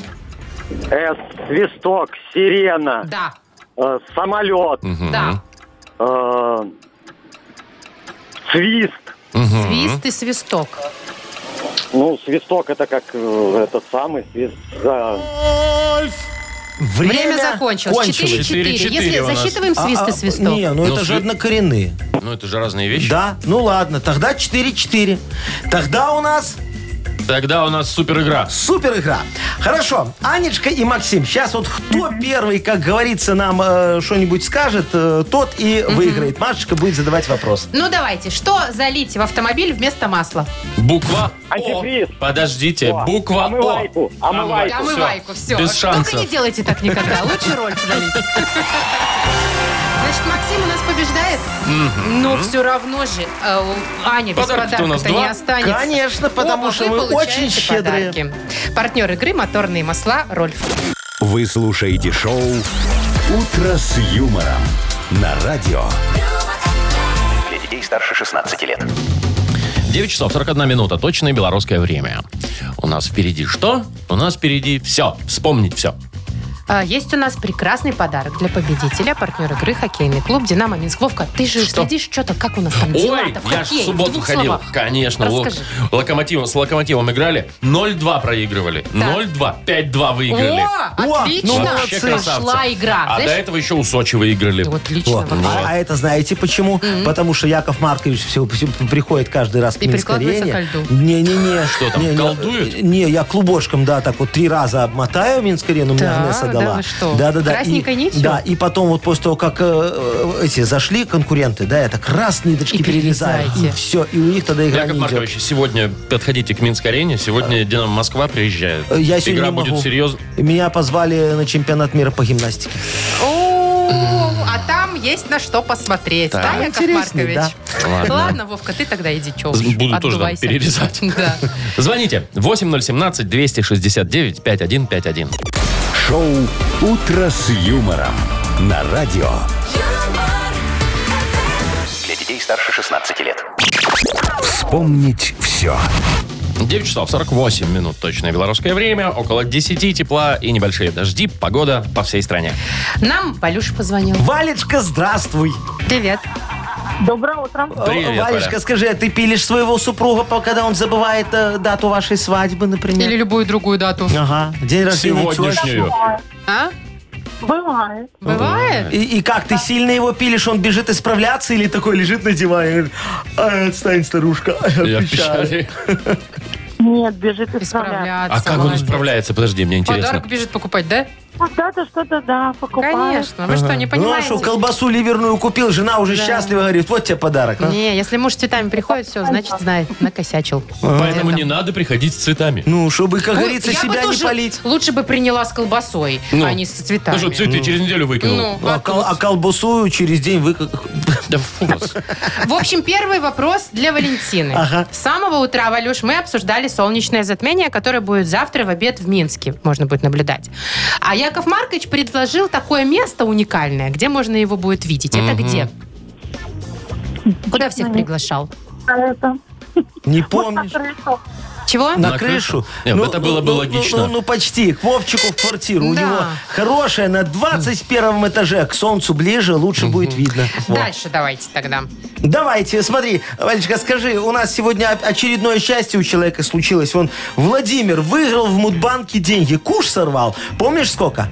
S6: Э, свисток, сирена,
S3: Да,
S6: э, самолет,
S3: да.
S6: э, свист.
S3: Свист и свисток.
S6: Ну, свисток это как э, этот самый свист. да.
S4: время,
S3: Время закончилось.
S4: кончилось.
S3: 4-4.
S2: Четыре-четыре
S3: Если
S2: у нас.
S3: засчитываем
S4: А,
S3: свист
S4: а,
S3: и свисток.
S4: Не, ну
S2: Ну,
S4: это же
S2: сви-
S4: однокоренные.
S2: Ну, это же разные вещи.
S4: Да, ну ладно, тогда 4-4. Тогда у нас
S2: Тогда у нас супер игра.
S4: супер игра. Хорошо, Анечка и Максим, сейчас вот кто первый, как говорится, нам э, что-нибудь скажет, э, тот и выиграет. Машечка будет задавать вопрос.
S3: Ну давайте, что залить в автомобиль вместо масла?
S2: Буква
S6: Антифриз.
S2: О. Подождите,
S6: О.
S2: Э, буква
S6: Омывайку,
S2: О.
S6: омывайку.
S2: Всё.
S3: Омывайку, все.
S2: Без
S3: Только не
S2: шансов.
S3: делайте так никогда. Лучше роль залить. Значит, Максим у нас побеждает. Но все равно же, э, у Аня без
S2: Подарки-то у нас
S3: подарка-то не
S2: два.
S3: останется.
S4: Конечно, потому
S3: Оба
S4: что
S3: вы
S4: мы
S3: получаете
S4: очень щедрые.
S3: подарки. Партнер игры «Моторные масла» Рольф.
S1: Вы слушаете шоу «Утро с юмором» на радио.
S7: Для детей старше 16 лет.
S2: 9 часов 41 минута. Точное белорусское время. У нас впереди что? У нас впереди все. Вспомнить все.
S3: А, Есть у нас прекрасный подарок для победителя, партнер игры, хоккейный клуб «Динамо Минск». Вовка, ты же
S2: Что?
S3: следишь, что-то, как у нас там
S2: Ой,
S3: дела-то в
S2: я ж
S3: хоккее?
S2: в субботу
S3: двух
S2: ходил.
S3: словах.
S2: Конечно, лок-
S3: Расскажи.
S2: локомотивом, с локомотивом играли. 0-2 проигрывали. 0-2. 5-2 выиграли.
S3: О,
S4: ну,
S3: отлично!
S2: Вообще красавцы.
S3: Пошла игра.
S2: А до
S3: Знаешь,
S2: этого еще у Сочи выиграли.
S3: вот Отлично.
S4: Вот. А, а это знаете почему? Потому что Яков Маркович все, приходит каждый раз к
S3: И
S4: Минской
S3: прикладывается
S4: арене.
S3: ко льду.
S4: Не-не-не.
S2: Что там,
S4: Не, не,
S2: колдует?
S4: Не, я клубочком, да, так вот три раза обмотаю Минск арену, мне
S3: Да,
S4: Агнеса
S3: да,
S4: дала.
S3: вы что?
S4: Да-да-да. И-
S3: Красненькой нитью?
S4: Да, и потом вот после того, как э, э, эти зашли конкуренты, да, я так раз
S3: И
S4: ниточки перерезаю.
S3: перерезаете.
S4: И все, и у них тогда игра
S2: Яков
S4: не идет.
S2: Маркович, сегодня подходите к Минской арене. Сегодня Динамо Москва приезжает.
S4: Э, Я сегодня
S2: Игра
S4: не могу.
S2: будет серьезной.
S4: Меня позвали на чемпионат мира по гимнастике.
S3: О, А там есть на что посмотреть. Да, Яков
S4: Интересней,
S3: Маркович?
S2: Ладно.
S3: Ладно, Вовка, ты тогда иди, че уж,
S2: Буду тоже там
S3: отдувайся.
S2: перерезать.
S3: Да.
S2: Звоните 8017-269-5151.
S1: Шоу «Утро с юмором» на радио.
S7: Для детей старше 16 лет.
S1: Вспомнить все.
S2: 9 часов 48 минут точное белорусское время. Около 10 тепла и небольшие дожди. Погода по всей стране.
S3: Нам Валюша позвонил.
S4: Валечка, здравствуй.
S3: Привет.
S5: Доброе утро.
S2: Привет,
S4: Валечка,
S2: Валя.
S4: скажи, а ты пилишь своего супруга, по- когда он забывает э, дату вашей свадьбы, например?
S3: Или любую другую дату.
S4: Ага, день рождения тёщи.
S2: Сегодняшнюю.
S3: А?
S5: Бывает.
S2: А
S3: Бывает?
S4: И, и как, ты сильно его пилишь, он бежит исправляться или такой лежит на диване и говорит, «А, отстань, старушка,
S2: Я в
S4: обещаю».
S2: печали.
S5: Нет, бежит исправляться.
S3: Исправляться.
S2: А как он
S3: Молодец.
S2: справляется? Подожди, мне интересно.
S3: Подарок бежит покупать, да?
S5: Когда-то что-то, Ну, да, покупаю.
S3: Конечно, вы что, не
S4: Ну, а что,
S3: понимаете?
S4: колбасу ливерную купил, жена уже счастлива, говорит, вот тебе подарок. а.
S3: Не, если муж с цветами приходит, все, значит, знает, накосячил.
S2: Поэтому
S3: Поэтому.
S2: не надо приходить с цветами.
S4: Ну, чтобы, как
S3: Ну,
S4: говорится,
S3: я бы
S4: себя не
S3: тоже
S4: палить.
S3: Лучше бы приняла с колбасой,
S2: Ну.
S3: а не с цветами.
S2: Ну что, цветы через неделю выкинул.
S3: Ну,
S4: А,
S3: а
S4: кол- а
S3: тут-
S4: колбасу через день вы...
S2: Да фу вас.
S3: В общем, первый вопрос для Валентины.
S4: Ага.
S3: С самого утра, Валюш, мы обсуждали солнечное затмение, которое будет завтра в обед в Минске. Можно будет наблюдать. А Яков Маркович предложил такое место уникальное, где можно его будет видеть. Это где? Куда всех приглашал?
S5: Это.
S4: Не
S5: Вот на
S4: помнишь?
S5: крышу.
S3: Чего?
S4: На,
S2: На крышу?
S4: крышу?
S2: Нет, это было бы
S4: ну, ну,
S2: логично.
S4: Ну, ну, почти. К Вовчику в квартиру. У
S3: Да.
S4: него хорошая на 21 этаже. а К солнцу ближе, лучше будет видно. Во.
S3: Дальше давайте тогда.
S4: Давайте, смотри, Валечка, скажи, у нас сегодня о- очередное счастье у человека случилось. Вон Владимир выиграл в Мудбанке деньги. Куш сорвал. Помнишь сколько?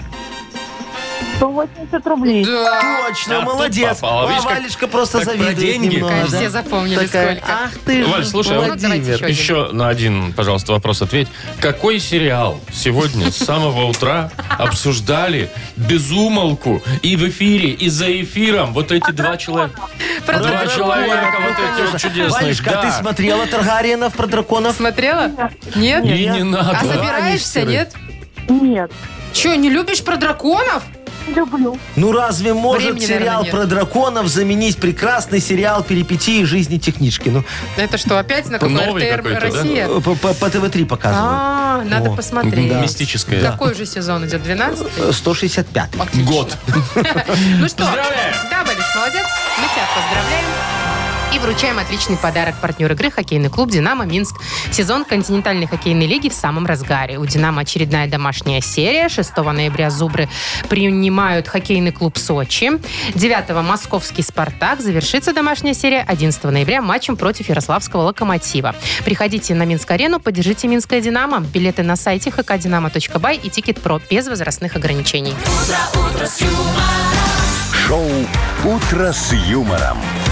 S5: 180 рублей.
S4: Точно,
S2: А тут
S4: молодец.
S2: попало.
S4: А
S2: Видишь, как-
S4: Валечка просто
S2: так про
S4: завидует
S2: деньги.
S4: немного,
S3: Конечно,
S4: да.
S3: все запомнили,
S4: Такая,
S3: сколько.
S4: Ах ты
S2: Валь,
S4: ж, ну,
S2: слушай, а вот
S4: Владимир.
S3: давайте
S2: Еще на один, пожалуйста, вопрос ответь. Какой сериал сегодня с самого утра обсуждали безумолку и в эфире, и за эфиром вот эти два человека?
S3: Про
S2: Два
S3: дракона.
S2: человека вот эти вот чудесных.
S4: ну, Валечка, а ты
S2: да.
S4: смотрела Таргариенов про драконов?
S3: Смотрела? Нет?
S2: И не
S3: А
S2: надо.
S3: собираешься,
S4: они
S3: нет?
S5: Нет,
S3: Че, не любишь про драконов?
S5: люблю.
S4: Ну разве может
S3: Времени, наверное,
S4: сериал
S3: нет.
S4: про драконов заменить прекрасный сериал «Перипетии жизни технички»? Ну, э,
S3: Это что, опять на какой-то
S2: Новый
S3: РТР
S2: какой-то, да?
S3: Россия?
S4: по, по- по ТВ-3 показывают.
S3: А, надо
S4: О,
S3: посмотреть.
S4: да.
S2: Мистическое.
S3: Какой же сезон идет? 12?
S4: Э, 165.
S3: Отлично.
S2: Год.
S3: Ну что,
S2: Поздравляем!
S3: да, Борис, молодец. Мы тебя поздравляем. И вручаем отличный подарок партнер игры хоккейный клуб «Динамо Минск». Сезон континентальной хоккейной лиги в самом разгаре. У «Динамо» очередная домашняя серия. 6 ноября «Зубры» принимают хоккейный клуб «Сочи». 9 московский «Спартак». Завершится домашняя серия 11 ноября матчем против Ярославского «Локомотива». Приходите на Минск-арену, поддержите «Минское Динамо». Билеты на сайте hkdinamo.by и тикет про без возрастных ограничений.
S1: Шоу «Утро с юмором».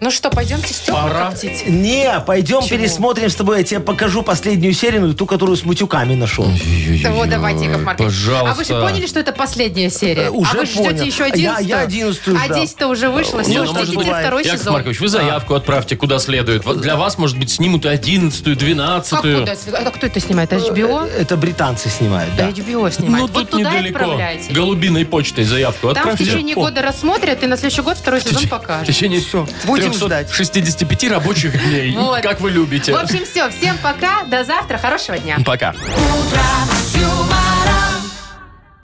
S3: Ну что, пойдемте Степу
S2: Пора.
S3: коптить?
S4: Не, пойдем
S3: Почему?
S4: пересмотрим с тобой. Я тебе покажу последнюю серию, ну, ту, которую с матюками нашел.
S3: Вот, давайте, Яков Маркович.
S2: Пожалуйста.
S3: А вы же поняли, что это последняя серия?
S4: Э, уже
S3: а вы же ждете
S4: понял.
S3: еще
S4: Я-
S3: 11
S4: я 11-ю
S3: А
S4: ждал.
S3: 10 уже вышло.
S2: Не,
S3: Все,
S2: ну, может
S3: ждите
S2: быть, А.
S3: второй
S2: Яков
S3: сезон.
S2: Маркович, вы заявку отправьте куда следует. Вот Для вас, может быть, снимут и одиннадцатую,
S3: Как
S2: двенадцатую. Ну,
S3: куда? А кто это снимает? HBO?
S4: Это британцы снимают, да.
S3: HBO снимает.
S2: Э, Ну,
S3: вот
S2: тут
S3: туда и
S2: недалеко.
S3: отправляйте.
S2: Голубиной почтой заявку
S3: Там в
S2: отправьте.
S3: течение года рассмотрят, и на следующий год второй сезон
S2: В
S3: покажут.
S2: течение все.
S4: будем ждать.
S2: 65 рабочих дней.
S3: Вот.
S2: Как вы любите.
S3: В общем, все. Всем пока. До завтра. Хорошего дня.
S2: Пока.
S10: Утро с юмором.